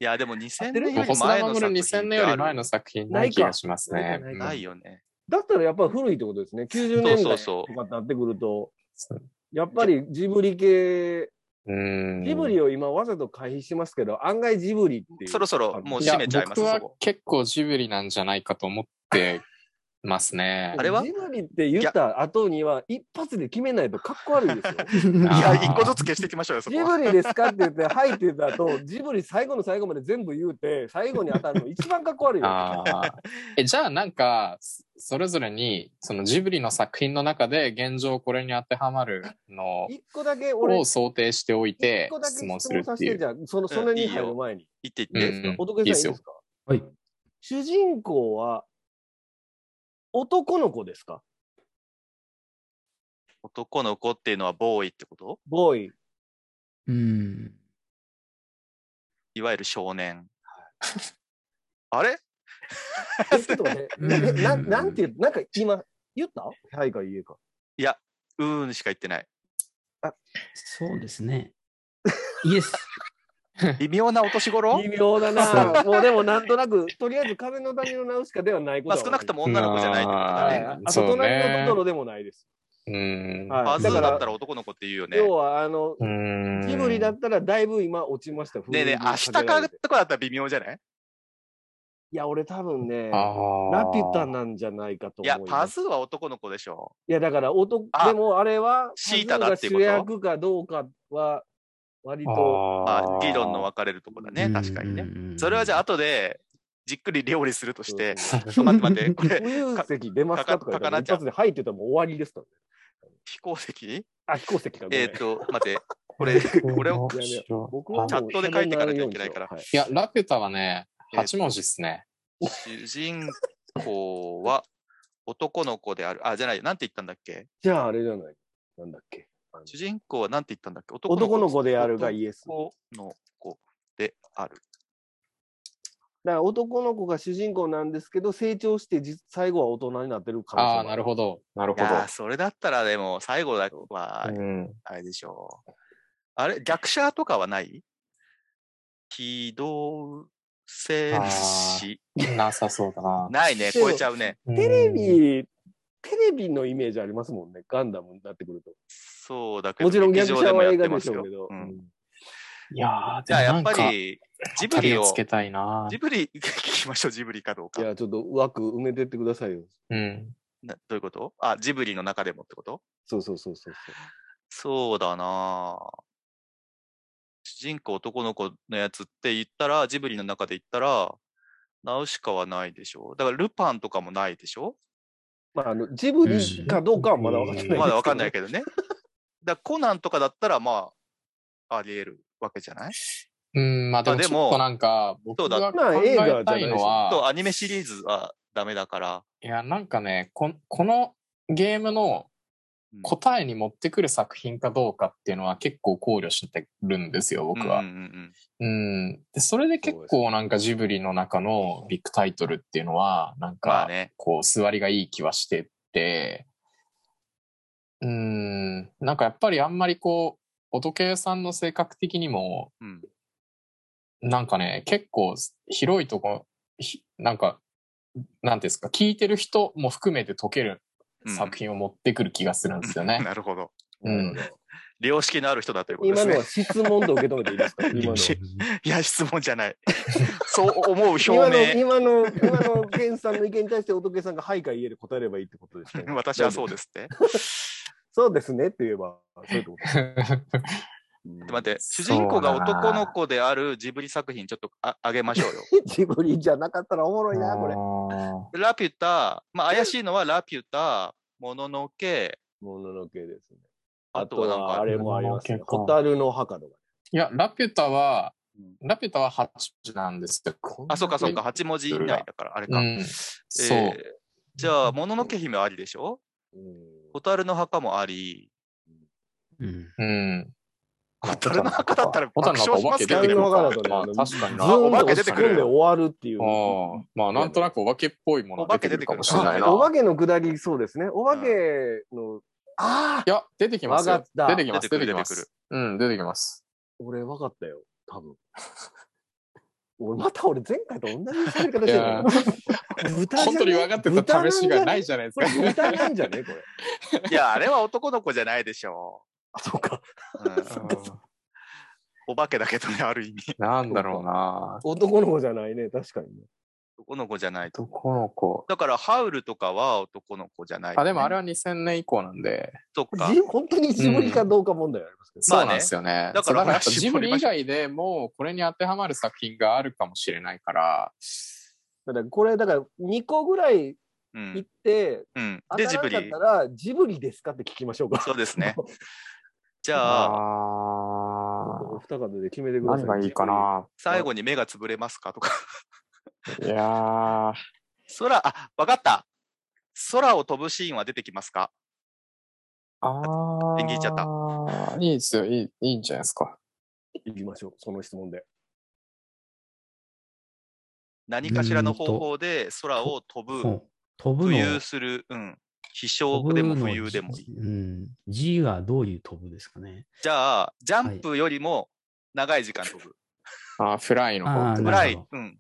Speaker 1: や、でも2000
Speaker 4: 合
Speaker 1: 年
Speaker 4: って
Speaker 1: よ
Speaker 4: る
Speaker 1: り
Speaker 2: 細
Speaker 1: 前
Speaker 2: 田
Speaker 1: の
Speaker 2: 守
Speaker 1: 作品
Speaker 2: 2000年より前
Speaker 1: の
Speaker 2: の作品ない気がします
Speaker 4: ない
Speaker 2: ね
Speaker 4: か。
Speaker 1: な
Speaker 2: う
Speaker 1: い
Speaker 2: ん
Speaker 1: よね。
Speaker 4: だったらやっぱ古いってことですね。90年代
Speaker 1: そう
Speaker 4: と
Speaker 1: そうそう
Speaker 4: かになってくると、
Speaker 2: そう
Speaker 4: やっぱりジブリ系、
Speaker 2: うん。
Speaker 4: ジブリを今わざと回避しますけど、案外ジブリっていう。
Speaker 1: そろそろもう
Speaker 2: い
Speaker 1: 閉
Speaker 2: や
Speaker 1: めちゃいます
Speaker 2: 僕は
Speaker 1: そこ
Speaker 2: 結構ジブリなんじゃないかと思ってますね。
Speaker 1: あれは
Speaker 4: ジブリって言った後には、一発で決めないとかっこ悪いですよ。
Speaker 1: い
Speaker 2: あ
Speaker 1: や、
Speaker 2: ー
Speaker 1: 一個ずつ消していきましょうよ、そこ
Speaker 4: ジ
Speaker 1: は。
Speaker 4: ブリですかって言って、はいって言った後、ジブリ最後の最後まで全部言うて、最後に当たるの一番かっこ悪いよ。
Speaker 2: あ
Speaker 4: [laughs]
Speaker 2: あ。え、じゃあなんか、そそれぞれに、そのジブリの作品の中で現状これに当てはまるの
Speaker 4: 一個だけ俺、
Speaker 2: を
Speaker 4: 一
Speaker 2: 想定しておいて
Speaker 4: 個だけ
Speaker 2: 質問
Speaker 4: 質
Speaker 2: する
Speaker 4: 問さ
Speaker 2: って
Speaker 4: せ
Speaker 2: い
Speaker 4: て、じ
Speaker 2: う。
Speaker 4: ゃあ、その、それに入る前に。
Speaker 1: 言って
Speaker 2: う
Speaker 1: 言って。
Speaker 2: ん、
Speaker 4: 仏さんいいですか
Speaker 3: はい。
Speaker 4: 主人公は、男の子ですか
Speaker 1: 男の子っていうのはボーイってこと
Speaker 4: ボーイ。
Speaker 3: うん。
Speaker 1: いわゆる少年。あれ
Speaker 4: えちょっと待って。
Speaker 3: うん
Speaker 4: えななんて言う、なんか今、言ったはいか言えか。
Speaker 1: うーんしか言ってない。
Speaker 3: そうですね。イエス。
Speaker 1: 微妙なお年頃
Speaker 4: 微妙だな。もうでもなんとなく、 [laughs] とりあえず風の谷のナウシカではないこ
Speaker 1: ま
Speaker 4: と
Speaker 1: あ
Speaker 4: は
Speaker 1: 少なくとも女の子じゃないってことだ
Speaker 4: は
Speaker 1: ね
Speaker 4: い。
Speaker 2: あー
Speaker 4: あと
Speaker 2: そうね
Speaker 4: 隣のトトロでもないです。
Speaker 2: うん。
Speaker 4: はい
Speaker 1: パズー
Speaker 4: だ
Speaker 1: だ
Speaker 4: か
Speaker 1: った
Speaker 4: ら
Speaker 1: ら男の子って言うよね。
Speaker 4: 要は、あの、
Speaker 2: うん
Speaker 4: ジブリだったらだいぶ今落ちました。
Speaker 1: ねえねえ、
Speaker 4: 古い
Speaker 1: 明
Speaker 4: 風
Speaker 1: 日
Speaker 4: が
Speaker 1: から
Speaker 4: 出て
Speaker 1: とかだったら微妙じゃない
Speaker 4: いや、俺多分ね、
Speaker 2: ああ。
Speaker 4: ラピュタなんじゃないかと
Speaker 1: い
Speaker 4: 思
Speaker 1: や、
Speaker 4: う。
Speaker 1: パズーは男の子でしょ。
Speaker 4: いや、だから男、
Speaker 1: あ
Speaker 4: でもあれは、
Speaker 1: シータだっていうこと
Speaker 4: パズーが主役かどうかは、割と、
Speaker 2: あ
Speaker 1: まあ、
Speaker 2: ー
Speaker 1: 議論の分かれるとこだ [laughs] ね、確かにね。
Speaker 3: ね
Speaker 1: それはじゃあ、
Speaker 3: あ、
Speaker 1: 後でじっくり料理するとして、
Speaker 4: そう
Speaker 1: ちょ待って待っ
Speaker 4: [laughs]
Speaker 1: て、これ、
Speaker 4: 浮遊席出ます
Speaker 1: かか
Speaker 4: かとか言っ
Speaker 1: か
Speaker 4: た、
Speaker 1: からっ
Speaker 4: 一
Speaker 1: ちゃう
Speaker 4: 発で入ってたらもう終わりですと。
Speaker 1: 飛行石
Speaker 4: あ、飛行石か。ごめん
Speaker 1: えっ、と、待って、
Speaker 2: [laughs]
Speaker 1: これ、これを、
Speaker 4: いやいや
Speaker 2: 僕
Speaker 4: 僕はもう
Speaker 1: チャットで書いていかなきゃいけないから
Speaker 4: はい
Speaker 2: いや、ラピュタはね、
Speaker 1: えー
Speaker 2: 8文字ですね。
Speaker 1: 主人公は男の子である。あ、じゃないよ。なんて言ったんだっけ
Speaker 4: じゃああれじゃない。なんだっけ。あの
Speaker 1: 主人公はなんて言ったんだっけ男
Speaker 4: 男の子であるがイエス。だか
Speaker 1: 男の子である。
Speaker 4: ら男の子が主人公なんですけど、成長してじ最後は大人になってる可能性も
Speaker 2: ああ、なるほど。なる
Speaker 1: い
Speaker 2: ほ
Speaker 1: やー、
Speaker 2: ど。
Speaker 1: それだったらでも最後だは
Speaker 2: うん。
Speaker 1: あれでしょう。あれ、逆者とかはない機動戦士。
Speaker 2: なさそうだな。
Speaker 1: ないね、
Speaker 4: でも
Speaker 1: 超えちゃうね。
Speaker 4: テレ
Speaker 2: うん
Speaker 4: ビ、テレビのイメージありますもんね。ガンダムになってくると。
Speaker 1: そうだけど、
Speaker 4: もちろん
Speaker 1: 劇
Speaker 4: 逆
Speaker 1: 場
Speaker 4: 者
Speaker 1: でも
Speaker 4: は
Speaker 1: やっ
Speaker 4: 映
Speaker 1: て
Speaker 4: 画
Speaker 1: ま
Speaker 4: ですしょ
Speaker 1: よ
Speaker 4: うけ。ど
Speaker 1: う。ん
Speaker 2: いやー、
Speaker 1: じ
Speaker 2: で
Speaker 1: ゃ
Speaker 2: も
Speaker 1: あ
Speaker 2: な
Speaker 1: やっ
Speaker 2: んか
Speaker 1: ぱ、り、ジブ
Speaker 2: 当た
Speaker 1: リ
Speaker 2: を
Speaker 1: を
Speaker 2: つ、けたいな。
Speaker 1: ジブリ、 [laughs] 聞きましょう、ジブリかどうか
Speaker 4: い。や、ちょっと枠埋めてってくださいよ。
Speaker 2: うん。
Speaker 1: などういうことあ、ジブリの中でもってこと
Speaker 4: そうそうそうそう
Speaker 1: そうだなぁ主人公男の子のやつって言ったら、ジブリの中で言ったら、ナウシカはないでしょだからルパンとかもないでしょ
Speaker 4: まあ、あの、ジブリかどうかはまだ分かってないですけど。
Speaker 1: まだわかんないけどね。だからコナンとかだったら、まあ、あり得るわけじゃない
Speaker 2: うん、まあでも
Speaker 1: あで
Speaker 2: ち
Speaker 1: も
Speaker 2: ょっとなんか、
Speaker 1: そ
Speaker 2: 僕
Speaker 1: うだ
Speaker 2: が考
Speaker 4: まあ映画じゃ
Speaker 2: え
Speaker 4: な
Speaker 2: た
Speaker 4: い
Speaker 2: い
Speaker 4: し
Speaker 2: の
Speaker 1: と
Speaker 2: は、
Speaker 1: アニメシリーズはダメだから。
Speaker 2: いや、なんかね、ここのゲームの
Speaker 1: うん
Speaker 2: 答えに持ってくる作品かどうかっていうのは結構考慮してるんですよ、僕
Speaker 1: う
Speaker 2: は
Speaker 1: ん。うん
Speaker 2: うん。で、それで結構なんかジブリの中のビッグタイトルっていうのは、なん
Speaker 1: まあ
Speaker 2: か
Speaker 1: ね、
Speaker 2: こう、座りがいい気はしてて、うん、なんかやっぱりあんまりこう、音系さんの性格的にも、
Speaker 1: うんうん。
Speaker 2: なんかね、結構広いとこ、ひなんか、なんていうんですか、聞いてる人も含めて解ける
Speaker 1: うん
Speaker 2: 作品を持ってくる気がするんですよ
Speaker 1: [laughs]
Speaker 2: ね。
Speaker 1: なるほど。
Speaker 4: ど。
Speaker 2: うん
Speaker 4: なるほど
Speaker 1: 良識のある人だということで
Speaker 4: 今
Speaker 1: す
Speaker 4: の
Speaker 1: ね
Speaker 4: は。質問と受け止めていいですか今の。
Speaker 1: いや、質問じゃない。そう思う表
Speaker 4: 今の、
Speaker 1: 明。。
Speaker 4: 今の、今の、ケンさんの意見に対して、仏さんが、はいかいいえで答えればいいってことですね
Speaker 1: [laughs] 私はそうですって。
Speaker 4: そうですねって言えば、そういうこと。
Speaker 1: ちょっと待って、主
Speaker 2: そう
Speaker 1: 人公が
Speaker 2: だな
Speaker 1: 男の子であるジブリ作品、ちょっとああげましょうよ。 [laughs]
Speaker 4: ジブリじゃなかったらおもろいな、これ。
Speaker 2: こ
Speaker 1: ラピュタ、まあ、怪しいのはラピュタ、もののけ、
Speaker 4: もののけですね。
Speaker 1: あ
Speaker 4: あ
Speaker 1: と
Speaker 4: と
Speaker 1: はなん
Speaker 4: は、あ
Speaker 1: か、
Speaker 4: れもありますね。
Speaker 2: もののけか
Speaker 4: ホタルの墓とか。
Speaker 2: いや、ラピュタは
Speaker 4: うん、
Speaker 2: ラピュタは8時なんですよ。
Speaker 1: あ、そうかそうか、8文字以内だから、あれ
Speaker 2: う
Speaker 1: か。
Speaker 2: ん。
Speaker 1: えー
Speaker 2: そう。
Speaker 1: じゃあ、もののけ姫はありでしょ
Speaker 4: うん
Speaker 1: 蛍の墓もあり。
Speaker 3: うん。
Speaker 2: うん。
Speaker 1: 蛍の墓だったら爆
Speaker 2: 蛍の
Speaker 1: 笑
Speaker 2: 墓
Speaker 1: しますけど
Speaker 4: 蛍
Speaker 1: ね、
Speaker 4: の墓だ
Speaker 1: 僕
Speaker 4: とね、
Speaker 2: まあ
Speaker 4: あの
Speaker 2: 確かに
Speaker 4: ズ
Speaker 2: な
Speaker 4: ーン
Speaker 1: お化
Speaker 4: で
Speaker 1: け
Speaker 4: 押
Speaker 1: 出て
Speaker 4: し
Speaker 1: くる
Speaker 4: 込んで終わるっていう。
Speaker 2: ああ、まあなんとなくお化けっぽいものが出てくるかもしれないな。
Speaker 4: お化けのくだり、そうですね。お化けの、ああ
Speaker 2: いや、出てきます
Speaker 4: わ
Speaker 2: よ
Speaker 4: かっ。た
Speaker 2: 出てきま
Speaker 1: 出て
Speaker 2: す。
Speaker 1: くる
Speaker 2: 出てきま
Speaker 1: 出て
Speaker 2: す。うん、出てきます。
Speaker 4: 俺分かったよ、多分。 [laughs] 俺、また俺前回と同じ作り方
Speaker 2: い
Speaker 4: して
Speaker 2: や
Speaker 4: る。豚じゃね
Speaker 2: 本当に分かってた試しがないじゃないです
Speaker 4: こ
Speaker 2: か
Speaker 4: れ。豚なんじゃねこれ。
Speaker 1: いや、あれは男の子じゃないでしょ
Speaker 4: あ、そうか。
Speaker 1: う。うんお化けだけどね、ある意味。
Speaker 2: なんだろうな。
Speaker 4: 男の子じゃないね、確かにね。
Speaker 1: 男の子じゃないと。
Speaker 2: 男の子。
Speaker 1: だから、ハウルとかは男の子じゃない、
Speaker 2: あ、でもあれは2000年以降なんで。
Speaker 1: そっか。
Speaker 4: じ本当にジブリかどうか問題ありますけど。
Speaker 1: ま
Speaker 2: そ
Speaker 1: あね
Speaker 2: うなんですよね。
Speaker 1: だから
Speaker 2: そうやっぱ
Speaker 1: 話
Speaker 2: ジブ
Speaker 1: 戻り
Speaker 2: リ
Speaker 1: ま
Speaker 2: 以
Speaker 1: しょ
Speaker 2: 外でもうこれに当てはまる作品があるかもしれないから。
Speaker 4: だからこれ、だから2個ぐらい
Speaker 1: うん
Speaker 4: 行って、
Speaker 1: うん、
Speaker 4: 当
Speaker 1: で、
Speaker 4: た
Speaker 1: ジ
Speaker 4: ら
Speaker 1: ブ
Speaker 4: なかっ
Speaker 1: リ
Speaker 4: た。ら、ジブリですかって聞きましょうか。
Speaker 1: そうです
Speaker 4: [laughs]
Speaker 1: ね。じゃあ、
Speaker 2: あ
Speaker 4: お二方で決めて
Speaker 2: ー
Speaker 4: くだ
Speaker 2: 何
Speaker 4: さい。
Speaker 2: がいいかな。
Speaker 1: 最後に目が潰れますかとか。
Speaker 2: いやー
Speaker 1: 空、あ、わかった。空を飛ぶシーンは出てきますか
Speaker 2: あー。
Speaker 1: 演技いっちゃった
Speaker 2: いいですよ。いい、いいんじゃないですか。
Speaker 4: 行きましょう、その質問で。
Speaker 1: 何かしらの
Speaker 3: うーんと
Speaker 1: 方法で空を飛ぶ、
Speaker 3: 飛ぶ
Speaker 1: 浮
Speaker 3: の。
Speaker 1: 遊する、うん。飛翔
Speaker 3: 飛ぶ
Speaker 1: でも
Speaker 3: の
Speaker 1: 浮遊でもいい。
Speaker 3: うん。G はどういう飛ぶですかね。
Speaker 1: じゃあ、ジャンプよりも長い時間飛ぶ。
Speaker 2: あーフライの
Speaker 3: あ
Speaker 1: ぐ
Speaker 2: 方
Speaker 3: ー [laughs] な
Speaker 1: ら
Speaker 3: る
Speaker 1: い
Speaker 3: ほ、
Speaker 1: うん。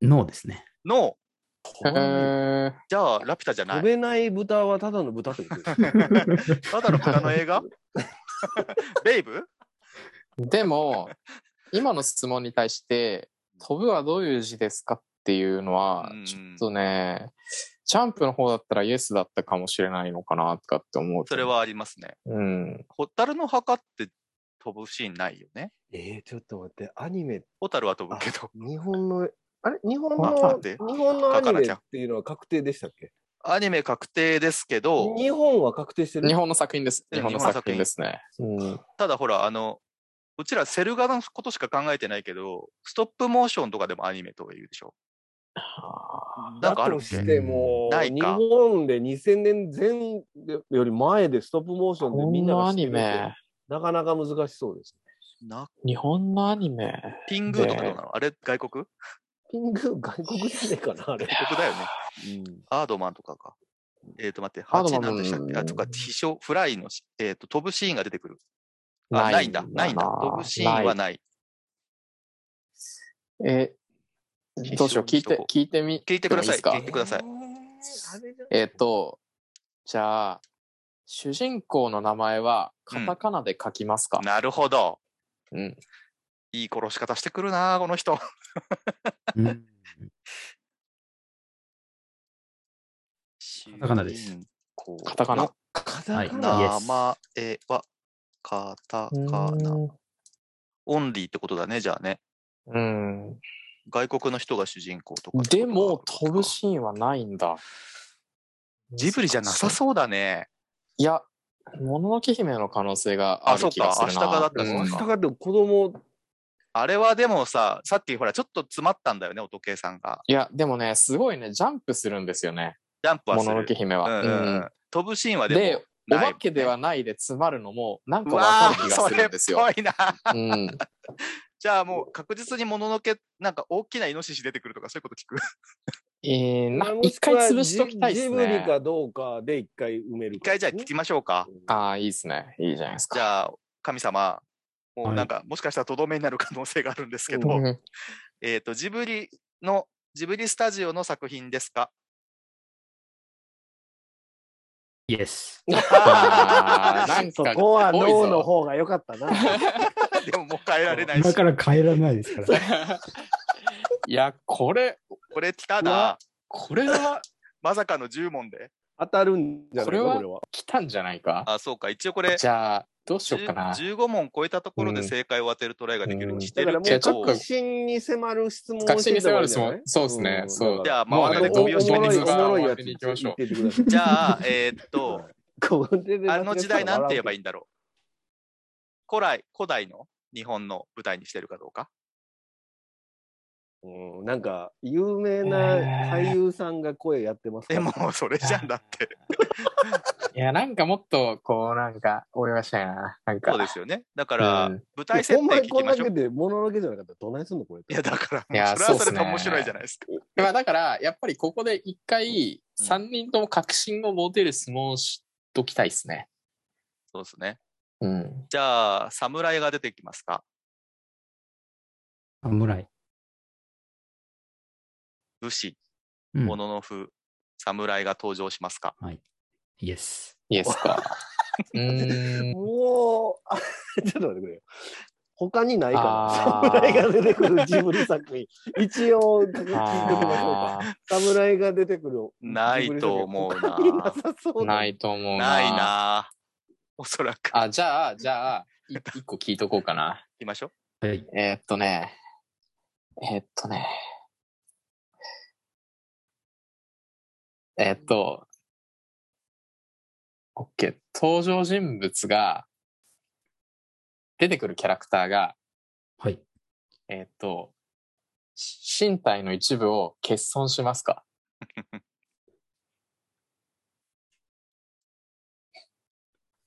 Speaker 3: 脳ですね。
Speaker 1: の、
Speaker 2: へー
Speaker 1: じゃあ、ラピュタじゃな
Speaker 4: 飛
Speaker 1: い。
Speaker 3: [laughs]
Speaker 4: べない豚はただの豚ってことですね。
Speaker 1: [laughs] ただの豚の映
Speaker 3: [laughs]
Speaker 1: 画ベイブ
Speaker 2: でも、今の質問に対して、飛ぶはどういう字ですかっていうのは
Speaker 1: うん、
Speaker 2: ちょっとね、ジャンプの方だったらイエスだったかもしれないのかなとかって思う。
Speaker 1: それ。はありますね。
Speaker 2: うん。
Speaker 1: ホタルの墓って飛ぶシーンないよね。
Speaker 4: えー、ちょっと待って、アニメ、
Speaker 1: ホタルは飛ぶけど。
Speaker 4: 日本の、あれ日本
Speaker 1: あ待
Speaker 4: の、
Speaker 1: っ
Speaker 4: 日
Speaker 1: て
Speaker 4: 本のアニメっていうのは確定でしたっけ
Speaker 1: アニメ確定ですけど、
Speaker 4: 日本は確定してる
Speaker 2: 日本の作品です。
Speaker 1: うん
Speaker 2: 日本の作品ですね。うん。
Speaker 1: ただほら、あの、うちらセル画のことしか考えてないけど、ストップモーションとかでもアニメとか言うでしょ。なんかある
Speaker 4: だとしても、
Speaker 1: ない
Speaker 4: 日
Speaker 1: か
Speaker 4: 本で2000年前より前でストップモーションで
Speaker 2: こ
Speaker 4: みん
Speaker 2: ん
Speaker 4: な
Speaker 2: な
Speaker 4: が
Speaker 2: ア
Speaker 4: 知って
Speaker 2: ニ
Speaker 4: る
Speaker 2: メ、
Speaker 4: なかなか難しそうです。
Speaker 1: な
Speaker 2: 日本のアニメ、
Speaker 1: ピングーとかどうなのあれ外国
Speaker 4: ピング外国じゃねえかな、あれ。
Speaker 1: 僕だよね。アードマンとかか。えっ、と、待って、
Speaker 2: アードマ
Speaker 1: 8
Speaker 2: ン
Speaker 1: なんでしたっけあ、とか、飛翔、フライのし、えっ、と、飛ぶシーンが出てくる。あ、ないんだ。ないんだ。飛ぶシーンはない。
Speaker 2: え、どうしよう、聞いて、聞いてみ、
Speaker 1: 聞いてください
Speaker 2: でも
Speaker 1: 聞いてください
Speaker 4: えーあれじゃ
Speaker 2: えっ、と、じゃあ、主人公の名前はカタカナで書きますか、
Speaker 1: なるほど。
Speaker 2: うん。
Speaker 1: いい殺し方してくるな、この人。
Speaker 2: [laughs]
Speaker 3: うん
Speaker 1: カ
Speaker 3: タカナです。
Speaker 2: カタカナ。。
Speaker 4: カ
Speaker 3: は
Speaker 4: タ
Speaker 3: い
Speaker 4: カナ
Speaker 3: イエ
Speaker 1: 名
Speaker 3: ス
Speaker 1: 前は、カタカナ。オンリーってことだね、じゃあね。
Speaker 2: うん。
Speaker 1: 外国の人が主人公とかってことか。
Speaker 2: でも、飛ぶシーンはないんだ。
Speaker 1: ジブリじゃなさそうだね。
Speaker 2: いや、もののけ姫の可能性が
Speaker 1: あ
Speaker 2: ある気がするな。
Speaker 1: そうか明日かだった
Speaker 2: うん
Speaker 1: の
Speaker 4: カタカナって子供、
Speaker 1: あれはでもさ、さっきほら、ちょっと詰まったんだよね、お時計さんが。
Speaker 2: いや、でもね、すごいね、ジャンプするんですよね。
Speaker 1: ジャンプは
Speaker 2: も
Speaker 1: す
Speaker 2: のの
Speaker 1: る
Speaker 2: け。姫
Speaker 1: う
Speaker 2: は。
Speaker 1: んうんう
Speaker 2: うん
Speaker 1: ん飛ぶシーンはでも
Speaker 2: で、
Speaker 1: ない
Speaker 2: お
Speaker 1: もんね
Speaker 2: 化けではないで詰まるのも、なんか
Speaker 1: うわ
Speaker 2: わ
Speaker 1: あ
Speaker 2: かる気がするんですよ
Speaker 1: そ。れっぽいな。
Speaker 2: うん。
Speaker 1: じゃあもう確実にもののけ、なんか大きなイノシシ出てくるとかそういうこと聞く。
Speaker 2: えー、な
Speaker 4: もし
Speaker 2: 一
Speaker 4: く
Speaker 2: 回
Speaker 4: は
Speaker 2: 潰しときたいです
Speaker 4: ジジブリ
Speaker 2: ね。
Speaker 4: かどうかで一回埋める。
Speaker 1: 一回じゃあ聞きましょうか。
Speaker 2: ああ、いいですね。いいじゃないですか。
Speaker 1: じゃあ、神様、もう
Speaker 3: はい
Speaker 1: なんか、もしかしたらとどめになる可能性があるんですけど、
Speaker 4: う
Speaker 2: うん
Speaker 1: えっと、ジブリの、ジブリスタジオの作品ですか
Speaker 3: イエス。
Speaker 2: あーなん
Speaker 4: そ
Speaker 2: か
Speaker 4: こは
Speaker 2: 多いぞ
Speaker 4: 脳の方が良かったな。
Speaker 1: でももう変えられない
Speaker 3: 今
Speaker 1: し
Speaker 3: か、ら帰らないですから。
Speaker 2: [laughs] いや、これ、
Speaker 1: これ来た
Speaker 4: う
Speaker 1: な
Speaker 4: わ、
Speaker 2: これは
Speaker 1: まさかの10問で。
Speaker 4: 当たるんじゃないの
Speaker 2: これは
Speaker 4: これは。
Speaker 2: 来たんじゃないか。
Speaker 1: あ、そうか、一応これ、
Speaker 2: じゃあ、どうしようかな。
Speaker 1: 10 15問超えたところで正解を当てるトライができるようにして
Speaker 4: だから
Speaker 1: る
Speaker 4: も
Speaker 2: いや
Speaker 1: け
Speaker 4: う
Speaker 2: ちょ
Speaker 1: ど、
Speaker 2: っと
Speaker 4: 確信に迫る質問を
Speaker 2: 確
Speaker 4: して
Speaker 2: 信
Speaker 4: い
Speaker 2: に
Speaker 4: った方
Speaker 2: 迫
Speaker 4: がいい
Speaker 2: る質
Speaker 4: んじゃない
Speaker 2: 問。そうですね。そう
Speaker 1: じゃあ、
Speaker 2: も
Speaker 1: 真
Speaker 2: うね
Speaker 1: ん中で首を絞
Speaker 2: お
Speaker 1: め
Speaker 2: も
Speaker 1: て
Speaker 2: ろ
Speaker 1: く
Speaker 2: い
Speaker 1: だ
Speaker 2: お
Speaker 1: さ
Speaker 2: もろい
Speaker 1: い。
Speaker 4: 言ってください
Speaker 1: じゃあ、えーっと、
Speaker 4: これ [laughs] で
Speaker 1: あの時代なんて言えばい
Speaker 4: い
Speaker 1: いんだろう。古来、古代の日本の舞台にしてるかどうか。
Speaker 4: うん、なんか、有名な俳優さんが声やってますか
Speaker 1: で
Speaker 4: ら
Speaker 1: も、それじゃんだって。
Speaker 2: いや、なんかもっと、こう、なんか、お祝いしたいな。なんか。
Speaker 1: そうですよね。だか
Speaker 2: う
Speaker 1: ら
Speaker 2: ん、
Speaker 1: 舞台設
Speaker 4: ほんま
Speaker 1: 定
Speaker 4: に
Speaker 1: 聞
Speaker 4: こ
Speaker 1: き
Speaker 4: ん
Speaker 1: ま
Speaker 4: だ
Speaker 1: しょ
Speaker 4: け
Speaker 1: う。
Speaker 4: で、もののけじゃなかったらどないすんのこれ
Speaker 1: いや、だから、
Speaker 2: いや
Speaker 1: もうそれはそれで
Speaker 2: そうっすね
Speaker 1: 面白いじゃないですか。
Speaker 2: まあ、だから、やっぱりここで一回、三人とも確信を持てる質問をしときたいですね。
Speaker 1: そうですね。
Speaker 2: うん。
Speaker 1: じゃあ、侍が出てきますか。
Speaker 3: 侍。
Speaker 1: 武士、
Speaker 3: うん
Speaker 1: もののふ、侍が登場しますか。
Speaker 3: イエス。
Speaker 2: イエス [laughs] か。うーん。
Speaker 4: もう、あ [laughs] ちょっと待ってくれよ。他にない [laughs] か
Speaker 2: あ
Speaker 4: な。
Speaker 2: ー
Speaker 4: 侍が出てくるジブリ作品。一応、聞いてみましょうか。
Speaker 2: あ
Speaker 4: 侍が出てくる。
Speaker 1: ないと思うな
Speaker 4: 他になさそ
Speaker 2: ー
Speaker 4: うな。
Speaker 2: [laughs] ないと思うな。
Speaker 1: ないなぁおそらく。行
Speaker 2: あ、じゃあ、じゃあ、い一個聞いとこうかな。
Speaker 1: きましょう。
Speaker 3: はい。
Speaker 2: えーっとね。えーっとね。えーっと。OK。登場人物が、出てくるキャラクターが、
Speaker 3: はい。
Speaker 2: えーっと、し身体の一部を欠損しますか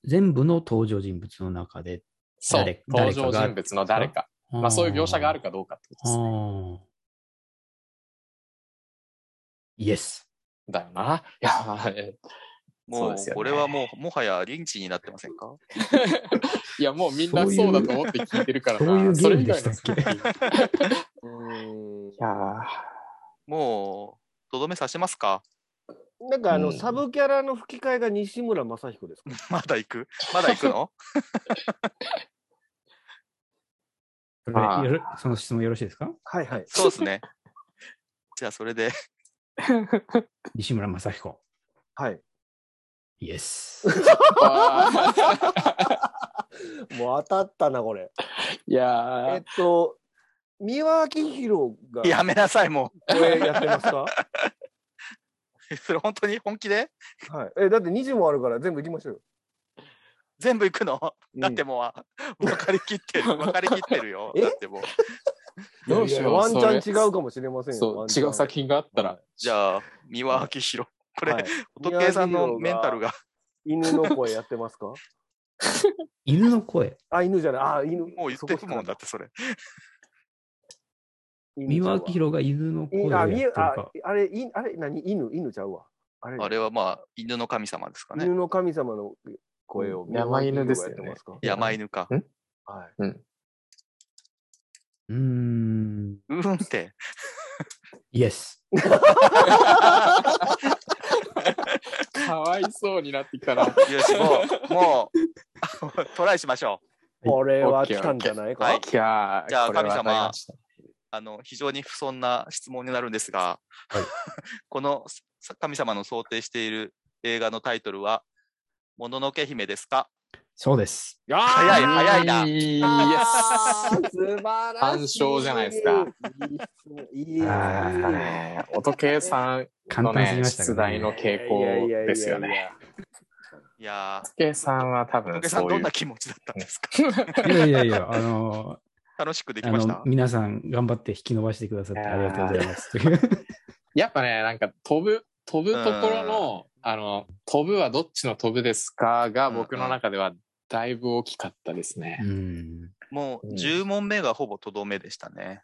Speaker 3: 全部の登場人物の中で。
Speaker 2: そう
Speaker 3: 誰。
Speaker 2: 登
Speaker 3: 誰かが
Speaker 2: 場人物の誰か。まあそういう描写があるかどうかってことですね。
Speaker 3: ああ。イエス。
Speaker 2: だよな。いや、まあえーそ
Speaker 1: も
Speaker 2: う
Speaker 1: う
Speaker 2: ですよね
Speaker 1: これはもう、もはやリンチになってませんか
Speaker 2: いや、もうみんな
Speaker 3: そういう
Speaker 2: そうだと思って聞いてるからな。
Speaker 3: そういうゲ
Speaker 2: そ
Speaker 3: ー
Speaker 2: れ
Speaker 3: ム
Speaker 2: 以
Speaker 3: で
Speaker 2: 外
Speaker 3: した
Speaker 2: の
Speaker 3: っけ
Speaker 4: うーん
Speaker 2: いや
Speaker 1: もう、とどめさせますか [laughs]
Speaker 4: なんかあの、
Speaker 2: うん
Speaker 4: サブキャラの吹き替えが西村雅彦ですか
Speaker 1: まだ行くまだ行くの
Speaker 3: それ
Speaker 2: まあ
Speaker 3: よろその質問よろしいですか
Speaker 4: はいはい。
Speaker 1: そうですね。じゃあ、それで、
Speaker 3: 西村雅彦。
Speaker 4: はい。
Speaker 3: イエ
Speaker 2: [laughs]
Speaker 3: ス。
Speaker 2: ー
Speaker 4: もう当たったな、これ。
Speaker 2: いやー
Speaker 4: [laughs] えっと、三輪明宏が
Speaker 1: やめなさい、も
Speaker 4: これやってます
Speaker 1: [laughs]
Speaker 4: か
Speaker 1: う。それ本当に本気で
Speaker 4: はい。え、だって2時もあるから全部行きましょうよ。
Speaker 1: 全部行くの
Speaker 4: うん
Speaker 1: だってもう、分かりきってる。分かりきってるよ。
Speaker 4: え
Speaker 1: だってもう。
Speaker 2: どうしよう
Speaker 4: ワンチャン
Speaker 2: そ
Speaker 4: 違
Speaker 2: れ
Speaker 4: うかもしれませんよ。
Speaker 2: そう、違う作品があったら、
Speaker 1: じゃあ、三輪明宏。こ
Speaker 4: こ
Speaker 1: れ、時計さんのメンタル
Speaker 4: が。
Speaker 1: が、
Speaker 4: 犬の声やってますか
Speaker 3: 犬の声。
Speaker 4: あ、犬じゃない。あ、犬。
Speaker 1: もう言ってるもんだって、それ。
Speaker 3: 三輪明
Speaker 4: き
Speaker 3: 宏が犬の声をや
Speaker 4: あ、
Speaker 3: って
Speaker 4: み
Speaker 3: る
Speaker 4: あ
Speaker 3: か。、
Speaker 4: あれ、いあれ、何犬、犬ちゃうわ。あれ、
Speaker 1: あれはまあ、犬の神様ですかね。
Speaker 4: 犬の神様の声を。
Speaker 2: 山犬ですよね
Speaker 4: やってますか
Speaker 1: 山犬か。
Speaker 4: はい。
Speaker 3: うーん。
Speaker 1: うーんって。
Speaker 3: イエス。
Speaker 2: かわいそうになってきたら、
Speaker 1: よし、もう、もう、トライしましょう。
Speaker 4: これは来たんじゃない
Speaker 1: は
Speaker 4: か
Speaker 1: い。
Speaker 2: キャー、
Speaker 1: じゃあ
Speaker 2: これは
Speaker 1: 神様
Speaker 2: 当たりました
Speaker 1: あの、非常に不遜な質問になるんですが、
Speaker 3: はい
Speaker 1: [laughs] このさ神様の想定している映画のタイトルは、もののけ姫ですか
Speaker 3: そうです。
Speaker 1: 早い、早いな。
Speaker 2: イエ
Speaker 4: あー素晴らしい。
Speaker 2: 単勝じゃないですか。
Speaker 4: いい質問いい質問
Speaker 2: ス。音計さん
Speaker 3: 簡
Speaker 2: の
Speaker 3: 単すぎ
Speaker 2: ね、
Speaker 3: ました
Speaker 2: 出題
Speaker 3: ね。
Speaker 2: の傾向ですよ
Speaker 4: いやいやいやい
Speaker 2: ね。
Speaker 4: や
Speaker 1: いや
Speaker 2: 音計さんは多
Speaker 1: ー、
Speaker 2: 分
Speaker 1: トケさん
Speaker 2: そう
Speaker 1: ど
Speaker 2: い
Speaker 1: ん
Speaker 2: う
Speaker 1: な。気持ちだったんですか
Speaker 3: いやいやいや、あの
Speaker 1: 楽しくでき
Speaker 3: あ
Speaker 1: まし
Speaker 3: の
Speaker 1: た、
Speaker 3: 皆さん頑張って引き伸ばしてくださってありがとうございます。
Speaker 1: [laughs]
Speaker 3: という
Speaker 2: やっぱね、なんか飛ぶ、飛ぶところの、あの、飛ぶはどっちの飛ぶですかが
Speaker 1: うん
Speaker 2: 僕の中ではだいぶ大きかったです
Speaker 3: う
Speaker 2: ね。
Speaker 3: ん。
Speaker 1: もう
Speaker 2: うん
Speaker 1: 10問目がほぼとどめでしたね。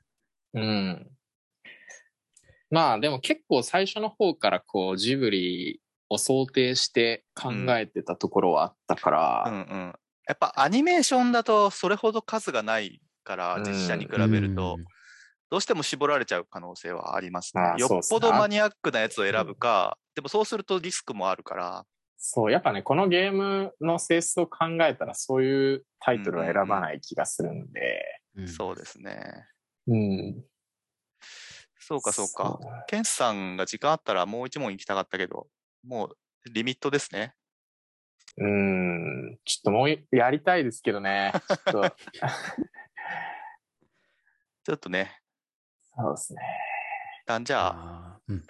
Speaker 2: うん。まあでも結構最初の方からこうジブリを想定して考えてたところはあったか
Speaker 1: う
Speaker 2: ら、
Speaker 1: んうん。やっぱアニメーションだとそれほど数がないから、
Speaker 2: うん
Speaker 1: 実写に比べると、どうしても絞られちゃう可能性はありますね
Speaker 2: あ。ー
Speaker 1: よ
Speaker 2: そう
Speaker 1: っ
Speaker 2: っす
Speaker 1: ぽ
Speaker 2: ね
Speaker 1: どマニアックなやつを選ぶか、でもそうするとリスクもあるから、
Speaker 2: そう、やっぱね、このゲームの性質を考えたらそういうタイトルは選ばない気がするんで、
Speaker 3: うん、
Speaker 1: そうですね。
Speaker 2: うん。
Speaker 1: そうかそうか。
Speaker 2: そう。
Speaker 1: ケンスさんが時間あったらもう一問行きたかったけど、もうリミットですね。
Speaker 2: うん。ちょっともういやりたいですけどね。ち
Speaker 1: [laughs]
Speaker 2: ょっと。
Speaker 1: ちょっとね、
Speaker 2: そうですね。
Speaker 1: 一旦じゃあ、
Speaker 3: あ
Speaker 1: [laughs]
Speaker 3: ー。うん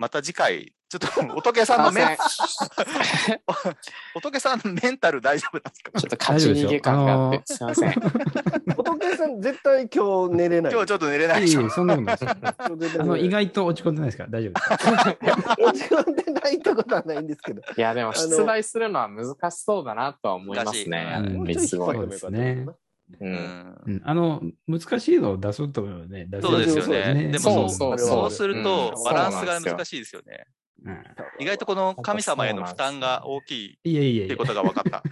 Speaker 1: また次回、ちょっと、お [laughs] とけさんのメン、 [laughs] おとけさんのメンタル大丈夫なんですか
Speaker 2: ちょっと勝ち逃げ感があって、すいません。
Speaker 4: 仏さん絶対今日寝れない。
Speaker 1: 今日ちょっと寝れないで
Speaker 3: い
Speaker 1: し
Speaker 3: え
Speaker 1: ょ
Speaker 3: いえ、そんなことないです。
Speaker 4: 今日絶
Speaker 1: [laughs]
Speaker 3: あ
Speaker 4: 対寝
Speaker 3: の、
Speaker 4: れ
Speaker 3: 意
Speaker 4: ない
Speaker 3: 外と落ち込んでないですから、大丈夫です。
Speaker 4: 落ち込んでないってことはないんですけど。
Speaker 2: いや、でも出題するのは難しそうだなとは思いますね。
Speaker 3: 難しい
Speaker 2: うん
Speaker 4: もうちょ
Speaker 2: す
Speaker 4: い引っ
Speaker 2: ご
Speaker 4: 張
Speaker 2: い
Speaker 4: って。もよかったけどな
Speaker 2: う。
Speaker 1: うんん
Speaker 3: うんあの、難しいのを出そうと思うのね。出せる
Speaker 1: そうですよね。でもそうそう
Speaker 2: そうそうそう
Speaker 1: すると
Speaker 4: うん
Speaker 1: バランスが
Speaker 2: そうなんですよ
Speaker 1: 難しいですよね。
Speaker 3: うん
Speaker 1: 意外とこの神様への負担が大きいっ
Speaker 3: いやいやい
Speaker 1: て
Speaker 3: や
Speaker 1: こ、とが分かった。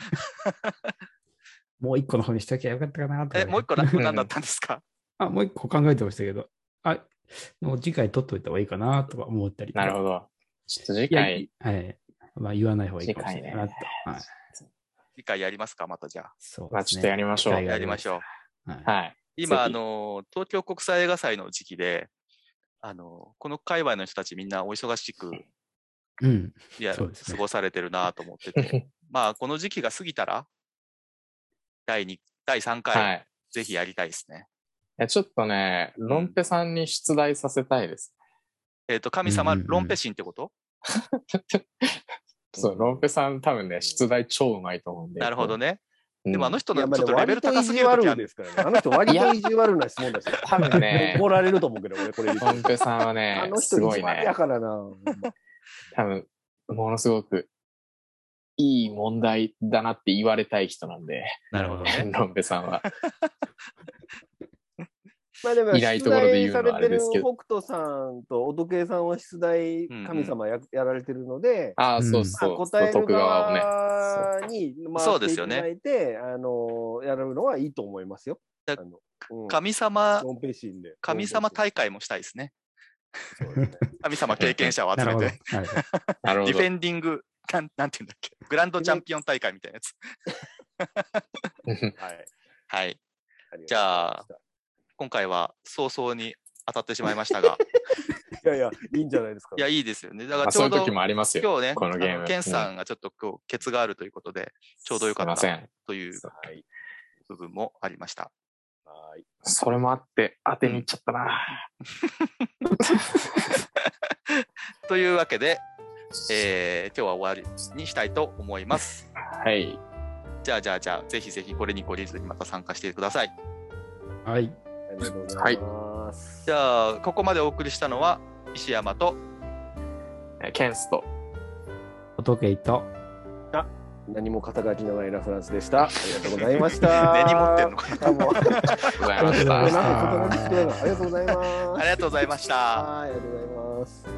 Speaker 3: もう一個の方にしときゃよかったかなとかね
Speaker 1: え、もう一個な何だったんですか
Speaker 3: あ、もう一個考えてましたけど、あ、もう次回取っといた方がいいかなとか思ったり。
Speaker 2: なるほ
Speaker 3: ど。
Speaker 2: ど。ちょっと次
Speaker 3: いや、
Speaker 2: 回、
Speaker 3: はい。まあ言わない方がいいかもしれないなと。
Speaker 2: 次
Speaker 3: はい。
Speaker 1: 次回やりますかまたじゃあ。
Speaker 3: そう
Speaker 2: ま
Speaker 3: ですね。
Speaker 2: あちょっとやりましょう。
Speaker 3: はい
Speaker 2: は
Speaker 1: やりましょう。
Speaker 3: はい
Speaker 2: い。
Speaker 1: 今、
Speaker 2: ぜひ
Speaker 1: あの、東京国際映画祭の時期で、あの、この界隈の人たちみんなお忙しく、
Speaker 3: うん。
Speaker 1: いや、
Speaker 3: そうですね
Speaker 1: 過ごされてるなと思って
Speaker 2: [laughs]
Speaker 1: て、まあ、この時期が過ぎたら、第2、第3回、
Speaker 2: はい。
Speaker 1: ぜひやりたいですね。
Speaker 2: いやちょっとね、ロンペさんに出題させたいです。
Speaker 1: えっ、と、神様、
Speaker 3: うんうんうん
Speaker 1: ロンペ神ってこと
Speaker 2: そう、ロンペさん多分ね、出題超うまいと思うんで。
Speaker 1: なるほど
Speaker 2: ね。
Speaker 1: ね。でもあの人
Speaker 4: いや
Speaker 1: の
Speaker 4: まあ
Speaker 1: ちょっ
Speaker 4: で
Speaker 1: と
Speaker 4: も
Speaker 1: レベル高すぎる
Speaker 4: 割
Speaker 1: 時
Speaker 4: と
Speaker 1: あ
Speaker 4: 意地悪で
Speaker 1: る。
Speaker 4: すからね。あの人割と意地悪な質問だし。
Speaker 2: 多分ね、
Speaker 4: 怒られると思うけど、俺これ言うと
Speaker 2: ロンペさんは
Speaker 4: [laughs] あ
Speaker 2: ね、
Speaker 4: の人
Speaker 2: すご
Speaker 4: 意
Speaker 2: い
Speaker 4: 地悪
Speaker 2: ね
Speaker 4: や、からな。 [laughs]
Speaker 2: 多分、ものすごく、いい問題だなって言われたい人なんで、
Speaker 1: なるほど
Speaker 2: [laughs]
Speaker 1: ね。
Speaker 2: ロンペさんは。
Speaker 4: まあでも、
Speaker 2: いないところで言うのはあれですけど
Speaker 4: 出題されてる北斗さんと乙慶さんは出題神様や,、やられてるので、
Speaker 2: ああ、
Speaker 3: うん
Speaker 2: そうそ
Speaker 4: まあ
Speaker 2: う。
Speaker 4: 答える
Speaker 2: 徳川をね。そう
Speaker 4: 側に回っていただいて、あの、やるのはいいと思いますよ。
Speaker 1: だ
Speaker 4: あのうん
Speaker 1: 神様、
Speaker 4: ロンペシンで。
Speaker 1: 神様大会もしたいですね。
Speaker 4: そうですね
Speaker 1: 神様経験者を集
Speaker 3: [laughs] なる
Speaker 1: め
Speaker 3: ほど。
Speaker 1: て
Speaker 3: は。い。
Speaker 2: なる
Speaker 1: ディ
Speaker 2: ほど
Speaker 1: フ。ェンディング、なんなんていうんだっけ、グランドチャンピオン大会みたいなやつ。
Speaker 4: はい。
Speaker 1: はい。
Speaker 4: ありがとうございました
Speaker 1: じゃあ、今回は早々に当たってしまいましたが、
Speaker 4: いやいや、いいんじゃないですか。
Speaker 1: いや、いいですよね。だか
Speaker 2: [laughs] ま
Speaker 1: ら
Speaker 2: あ
Speaker 1: ちょ
Speaker 2: そう
Speaker 1: う
Speaker 2: いう
Speaker 1: ど、
Speaker 2: 時もありますよ。
Speaker 1: 今日ね、
Speaker 2: このゲーム
Speaker 1: あケンさんがちょっと今日、ケツがあるということで、ちょうどよかった
Speaker 2: すいません。
Speaker 1: という
Speaker 4: はい。
Speaker 1: 部分もありました。
Speaker 4: はい。
Speaker 2: それもあって、当てに行っちゃったな。
Speaker 1: というわ
Speaker 2: [laughs]
Speaker 1: けで、えー今日は終わりにしたいと思います。
Speaker 2: はい。
Speaker 1: じじゃあじゃあじゃあぜひぜひこれに懲りずにまた参加してください。
Speaker 3: はい。
Speaker 4: ありがとうございます。
Speaker 1: じゃあここまでお送りしたのは石山と
Speaker 2: えーケンスと。
Speaker 3: 仏と。
Speaker 4: 何も肩書きのないラフランスでした。ありがとうございま
Speaker 2: [laughs]
Speaker 4: し
Speaker 1: [laughs]
Speaker 4: た。
Speaker 1: 根に持ってんのか
Speaker 4: あもうありがと
Speaker 2: ありがとうございまし
Speaker 4: うござい
Speaker 2: た
Speaker 4: ま。すあ
Speaker 1: [laughs]
Speaker 4: りがとうございます。
Speaker 1: ありがとうございました。
Speaker 4: はい、ありがとうございます。